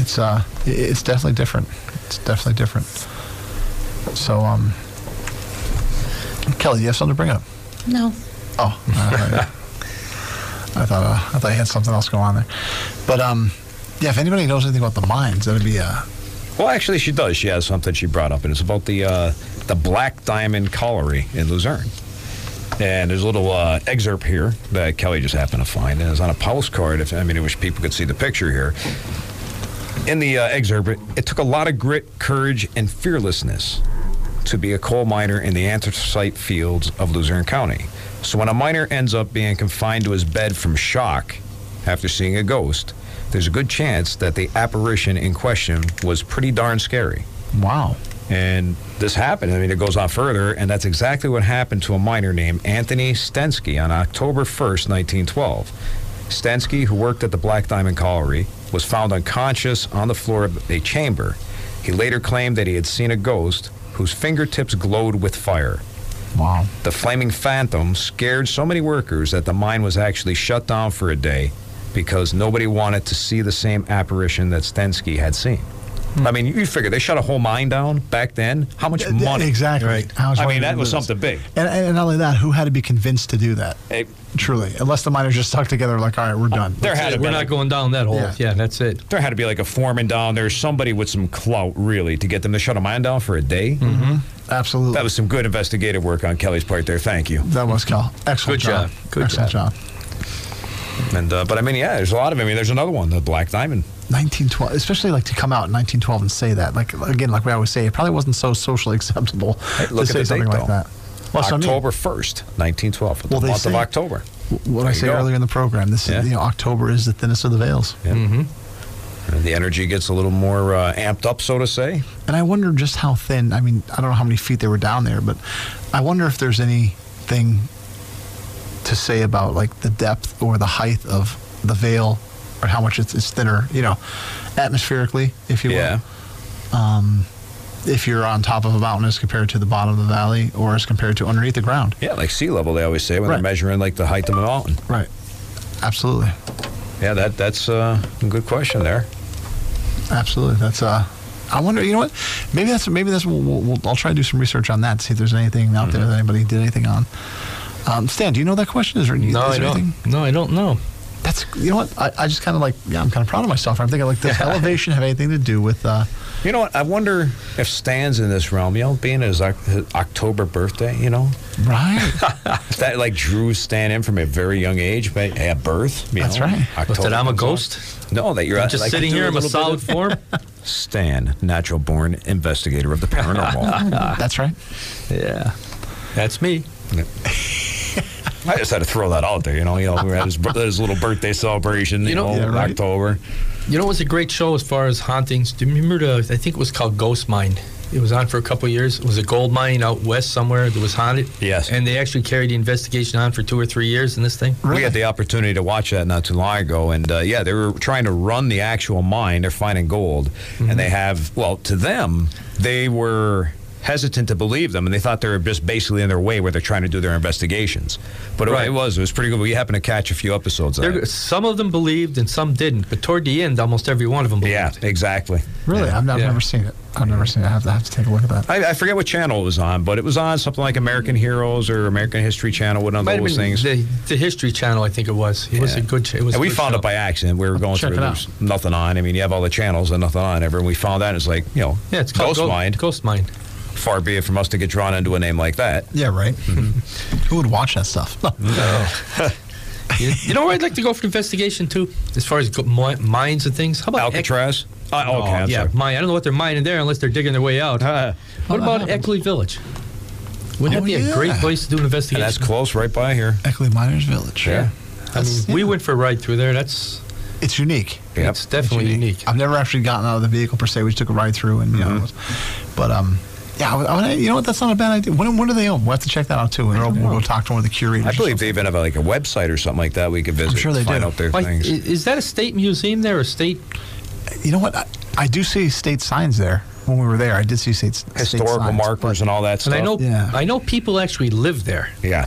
Speaker 3: It's uh, i- it's definitely different. It's definitely different. So um, Kelly, you have something to bring up?
Speaker 6: No.
Speaker 3: Oh,
Speaker 5: [LAUGHS]
Speaker 3: I I thought uh, I thought you had something else going on there, but um, yeah. If anybody knows anything about the mines, that'd be uh,
Speaker 5: Well, actually, she does. She has something she brought up, and it's about the uh, the Black Diamond Colliery in Luzerne. And there's a little uh, excerpt here that Kelly just happened to find, and it's on a postcard. If I mean, I wish people could see the picture here. In the uh, excerpt, it, it took a lot of grit, courage, and fearlessness to be a coal miner in the anthracite fields of Luzerne County. So when a miner ends up being confined to his bed from shock after seeing a ghost, there's a good chance that the apparition in question was pretty darn scary.
Speaker 3: wow.
Speaker 5: And this happened. I mean, it goes on further, and that's exactly what happened to a miner named Anthony Stensky on October 1st, 1912. Stensky, who worked at the Black Diamond Colliery, was found unconscious on the floor of a chamber. He later claimed that he had seen a ghost whose fingertips glowed with fire.
Speaker 3: Wow.
Speaker 5: The flaming phantom scared so many workers that the mine was actually shut down for a day because nobody wanted to see the same apparition that Stensky had seen.
Speaker 3: Hmm.
Speaker 5: I mean, you figure they shut a whole mine down back then. How much
Speaker 3: Th- th-
Speaker 5: money?
Speaker 3: Exactly. How much
Speaker 5: I mean,
Speaker 3: money did
Speaker 5: that
Speaker 3: they
Speaker 5: was
Speaker 3: lose?
Speaker 5: something big.
Speaker 3: And, and and not only that, who had to be convinced to do that?
Speaker 5: Hey,
Speaker 3: Truly, unless the miners just stuck together, like, all right, we're done.
Speaker 5: there had to be
Speaker 4: we're not
Speaker 5: like,
Speaker 4: going down that hole
Speaker 3: Yeah.
Speaker 4: yeah, that's it
Speaker 5: there had to be like a foreman down there, somebody with some clout really to get them to shut a mine down for a day. Mm-hmm.
Speaker 3: Absolutely.
Speaker 5: That was some good investigative work on Kelly's part there. Thank you.
Speaker 3: That was Cal. Excellent
Speaker 4: Good job. Good
Speaker 3: Excellent job.
Speaker 5: And uh, but I mean, yeah, there's a lot of. I mean, there's another one, the Black Diamond.
Speaker 3: 1912, especially like to come out in 1912 and say that. Like again, like we always say, it probably wasn't so socially [LAUGHS] acceptable
Speaker 5: look at
Speaker 3: to say
Speaker 5: the
Speaker 3: something
Speaker 5: date,
Speaker 3: like
Speaker 5: though.
Speaker 3: that. Well, so I mean,
Speaker 5: October 1st, 1912.
Speaker 3: Well,
Speaker 5: the
Speaker 3: they
Speaker 5: month of
Speaker 3: say-
Speaker 5: October.
Speaker 3: what I
Speaker 5: There you
Speaker 3: say
Speaker 5: go.
Speaker 3: earlier in the program, this
Speaker 5: Yeah.
Speaker 3: is you know October is the thinnest of the veils,
Speaker 5: And the energy gets a little more uh, amped up, so to say.
Speaker 3: and I wonder just how thin. I mean, I don't know how many feet they were down there, but I wonder if there's anything to say about like the depth or the height of the veil, or how much it's, it's thinner. You know, atmospherically, if you will. Um,
Speaker 5: Yeah.
Speaker 3: if you're on top of a mountain as compared to the bottom of the valley or as compared to underneath the ground.
Speaker 5: Yeah, like sea level, they always say when
Speaker 3: Right.
Speaker 5: they're measuring like the height of a mountain.
Speaker 3: Right. Absolutely.
Speaker 5: Yeah, that that's uh, a good question there.
Speaker 3: Absolutely. That's uh I wonder, you know what? Maybe that's maybe that's we'll, we'll, we'll- I'll try to do some research on that. See if there's anything out
Speaker 4: Mm-hmm.
Speaker 3: there that anybody did anything on. Um, Stan, do you know that question? Is there,
Speaker 4: no
Speaker 3: is
Speaker 4: i
Speaker 3: there
Speaker 4: don't
Speaker 3: anything?
Speaker 4: no i don't know
Speaker 3: That's you know what I, I just kind of like yeah I'm kind of proud of myself. I'm thinking like
Speaker 4: [LAUGHS]
Speaker 3: does elevation have anything to do with uh,
Speaker 5: You know what? I wonder if Stan's in this realm. You know, being his, Oc- his October birthday. You know,
Speaker 3: right?
Speaker 5: that like drew Stan in from a very young age, but at birth. You
Speaker 3: That's
Speaker 5: know,
Speaker 3: right.
Speaker 4: But that I'm a
Speaker 5: comes
Speaker 4: ghost?
Speaker 5: on. No, that you're
Speaker 4: I'm just
Speaker 5: like,
Speaker 4: sitting
Speaker 5: do
Speaker 4: here in
Speaker 5: little
Speaker 4: a
Speaker 5: bit
Speaker 4: solid
Speaker 5: of-
Speaker 4: form.
Speaker 5: Stan, natural born investigator of the
Speaker 4: [LAUGHS]
Speaker 5: paranormal.
Speaker 3: [LAUGHS] That's right.
Speaker 4: [LAUGHS] yeah, that's me.
Speaker 5: I just had to throw that out there. You know, you know, we had his, bir- his little birthday celebration. You,
Speaker 4: You
Speaker 5: know,
Speaker 4: know-
Speaker 3: Yeah, right.
Speaker 5: October.
Speaker 4: You know, it was a great show as far as hauntings. Do you remember the? I think it was called Ghost Mine. It was on for a couple of years. It was a gold mine out west somewhere that was haunted.
Speaker 5: Yes.
Speaker 4: And they actually carried the investigation on for two or three years in this thing.
Speaker 5: We had the opportunity to watch that not too long ago, and uh, yeah, they were trying to run the actual mine. They're finding gold, and
Speaker 4: Mm-hmm.
Speaker 5: they have well, to them, they were hesitant to believe them, and they thought they were just basically in their way where they're trying to do their investigations. But it,
Speaker 4: Right.
Speaker 5: it was it was pretty good. We happened to catch a few episodes. Of
Speaker 4: There,
Speaker 5: it.
Speaker 4: some of them believed and some didn't. But toward the end, almost every one of them believed.
Speaker 5: Yeah, exactly.
Speaker 3: Really, I've, not,
Speaker 4: Yeah.
Speaker 3: I've never seen it. I've never seen it. I have to, I have to take a look at that.
Speaker 5: I, I forget what channel it was on, but it was on something like American Heroes or American History Channel, one of
Speaker 4: Might have
Speaker 5: those
Speaker 4: been
Speaker 5: things.
Speaker 4: The, the History Channel, I think it was. It was a
Speaker 5: Yeah.
Speaker 4: good. ch- It was. a
Speaker 5: and we
Speaker 4: good
Speaker 5: found
Speaker 4: show.
Speaker 5: it by accident. We were going
Speaker 3: Check
Speaker 5: through
Speaker 3: it
Speaker 5: there
Speaker 3: out.
Speaker 5: was nothing on. I mean, you have all the channels and nothing on ever. And we found that and it's like, you know,
Speaker 4: Yeah, it's called
Speaker 5: ghost mind.
Speaker 4: Ghost Mine.
Speaker 5: Far be it from us to get drawn into a name like that.
Speaker 3: Yeah, right. Mm-hmm.
Speaker 4: [LAUGHS]
Speaker 3: Who would watch that stuff?
Speaker 4: Mm-hmm. You, you know where I'd like to go for investigation too, as far as go, mi- mines and things. How about Eck-
Speaker 5: Alcatraz. Uh,
Speaker 4: Oh,
Speaker 5: okay, I'm
Speaker 4: yeah,
Speaker 5: sorry.
Speaker 4: mine. I don't know what they're mining there unless they're digging their
Speaker 5: [LAUGHS]
Speaker 4: way out. what
Speaker 3: Oh, that
Speaker 4: about
Speaker 3: happens.
Speaker 4: Eckley Village? Wouldn't
Speaker 3: Oh,
Speaker 4: that be
Speaker 3: yeah.
Speaker 4: a great place to do an investigation?
Speaker 5: And that's close, right by here.
Speaker 3: [LAUGHS] Eckley Miners Village.
Speaker 5: Yeah.
Speaker 4: I mean,
Speaker 3: That's-
Speaker 4: we
Speaker 3: yeah.
Speaker 4: went for a ride through there. That's
Speaker 3: It's unique.
Speaker 5: Yep.
Speaker 4: it's definitely unique.
Speaker 3: I've never actually gotten out of the vehicle per se. We just took a ride through, and you know, it was-
Speaker 5: Mm-hmm.
Speaker 3: but um, yeah, I would, I would, you know what? That's not a bad idea. When, when do they own? We'll have to check that out too, and we'll, we'll go talk to one of the curators.
Speaker 5: I
Speaker 3: or
Speaker 5: believe
Speaker 3: something.
Speaker 5: they even have like a website or something like that we could visit.
Speaker 3: sure they
Speaker 5: find
Speaker 3: do.
Speaker 5: out their
Speaker 4: Like, i-
Speaker 5: things.
Speaker 4: is that a state museum there or state?
Speaker 3: You know what? I, I do see state signs there. When we were there, I did see state state
Speaker 5: Historical
Speaker 3: signs,
Speaker 5: markers and all that
Speaker 4: And
Speaker 5: stuff.
Speaker 4: I know
Speaker 3: Yeah.
Speaker 4: I know people actually live there.
Speaker 5: Yeah,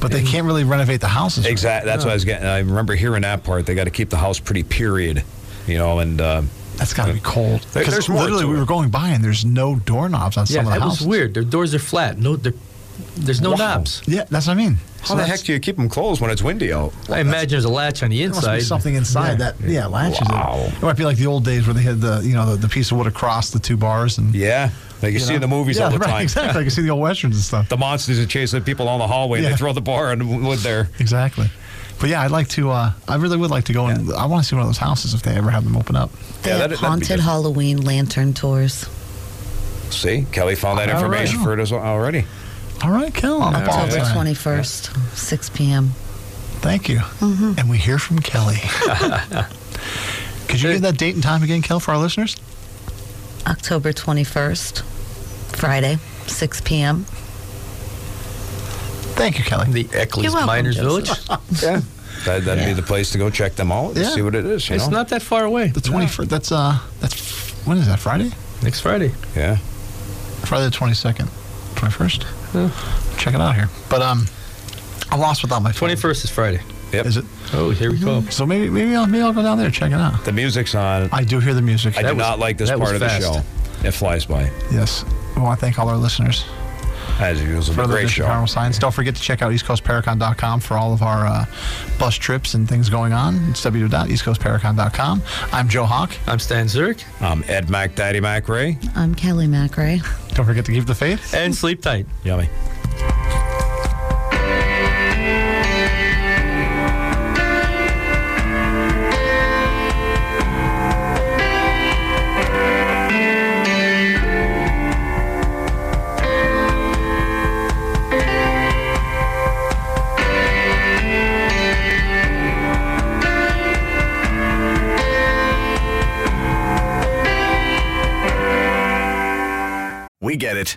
Speaker 3: but they can't really renovate the houses. right?
Speaker 5: exactly. That's what I was getting. I remember hearing that part. They got to keep the house pretty, period. You know, and uh,
Speaker 3: That's got to be cold.
Speaker 5: There-
Speaker 3: 'Cause
Speaker 5: there's more
Speaker 3: literally,
Speaker 5: to
Speaker 3: we
Speaker 5: it.
Speaker 3: were going by, and there's no doorknobs on
Speaker 4: Yeah,
Speaker 3: some of the
Speaker 4: that
Speaker 3: houses.
Speaker 4: was weird. Their doors are flat. No, they're- there's no
Speaker 5: Wow.
Speaker 4: knobs.
Speaker 3: Yeah, that's what I mean.
Speaker 5: how the heck do you keep them closed when it's windy out?
Speaker 4: I imagine there's a latch on the
Speaker 3: There must
Speaker 4: inside.
Speaker 3: be something inside that yeah latches
Speaker 5: Wow.
Speaker 3: it. It might be like the old days where they had the you know the, the piece of wood across the two bars and
Speaker 5: Yeah, like you, see
Speaker 3: know?
Speaker 5: in the movies
Speaker 3: yeah,
Speaker 5: all the
Speaker 3: right,
Speaker 5: time.
Speaker 3: Exactly, like you see the old westerns and
Speaker 5: [LAUGHS]
Speaker 3: stuff.
Speaker 5: The monsters are chasing people down the hallway.
Speaker 3: Yeah.
Speaker 5: They throw the bar on the wood there.
Speaker 3: Exactly. But yeah, I'd like to. Uh, I really would like to go and I want to see one of those houses if they ever have them open up.
Speaker 6: They
Speaker 5: Yeah,
Speaker 6: have
Speaker 5: that'd- that'd be
Speaker 6: haunted
Speaker 5: good. Oh,
Speaker 6: Halloween lantern tours.
Speaker 5: See, Kelly found that
Speaker 3: All right.
Speaker 5: information for us already.
Speaker 3: All right, Kel. I'm up all
Speaker 6: October
Speaker 3: time.
Speaker 6: 21st, 6 p.m.
Speaker 3: Thank you. And we hear
Speaker 5: [LAUGHS]
Speaker 3: from Kelly. Could you give that date and time again, Kel, for our listeners?
Speaker 6: October 21st, Friday, 6 p.m.
Speaker 3: Thank you, Kelly.
Speaker 4: The Eckley's
Speaker 6: You're welcome,
Speaker 4: Miners
Speaker 6: Joseph.
Speaker 3: [LAUGHS]
Speaker 4: Village.
Speaker 5: Yeah, that, that'd be the place to go check them out and
Speaker 3: Yeah.
Speaker 5: see what it is. You
Speaker 4: It's
Speaker 5: know?
Speaker 4: not that far away.
Speaker 3: The 21st. That's uh. That's when is that? Friday.
Speaker 4: Next Friday.
Speaker 5: Yeah,
Speaker 3: Friday the 22nd, 21st. Check it out here. But um, I'm lost without my phone.
Speaker 4: 21st is Friday.
Speaker 5: yep.
Speaker 3: Is it?
Speaker 4: Oh, here we go.
Speaker 3: So maybe maybe I'll maybe I'll go down there and check it out.
Speaker 5: The music's on. I,
Speaker 3: I do hear the music.
Speaker 5: do
Speaker 4: That was-
Speaker 5: not like this
Speaker 4: that was
Speaker 5: part of the
Speaker 4: fast.
Speaker 5: show. It flies by.
Speaker 3: Yes. We want to thank all our listeners
Speaker 5: As usual,
Speaker 3: for
Speaker 5: a
Speaker 3: the
Speaker 5: great
Speaker 3: District
Speaker 5: show.
Speaker 3: Carnival Science. Don't forget to check out eastcoastparacon.com for all of our uh, bus trips and things going on. It's www.eastcoastparacon.com. I'm Joe Hawk.
Speaker 4: I'm Stan Zurich.
Speaker 5: Um, Ed Mac, Daddy Mac Ray.
Speaker 6: I'm Kelly MacRae.
Speaker 3: Don't forget to keep the faith.
Speaker 4: And sleep tight.
Speaker 5: Yummy.
Speaker 9: We get it.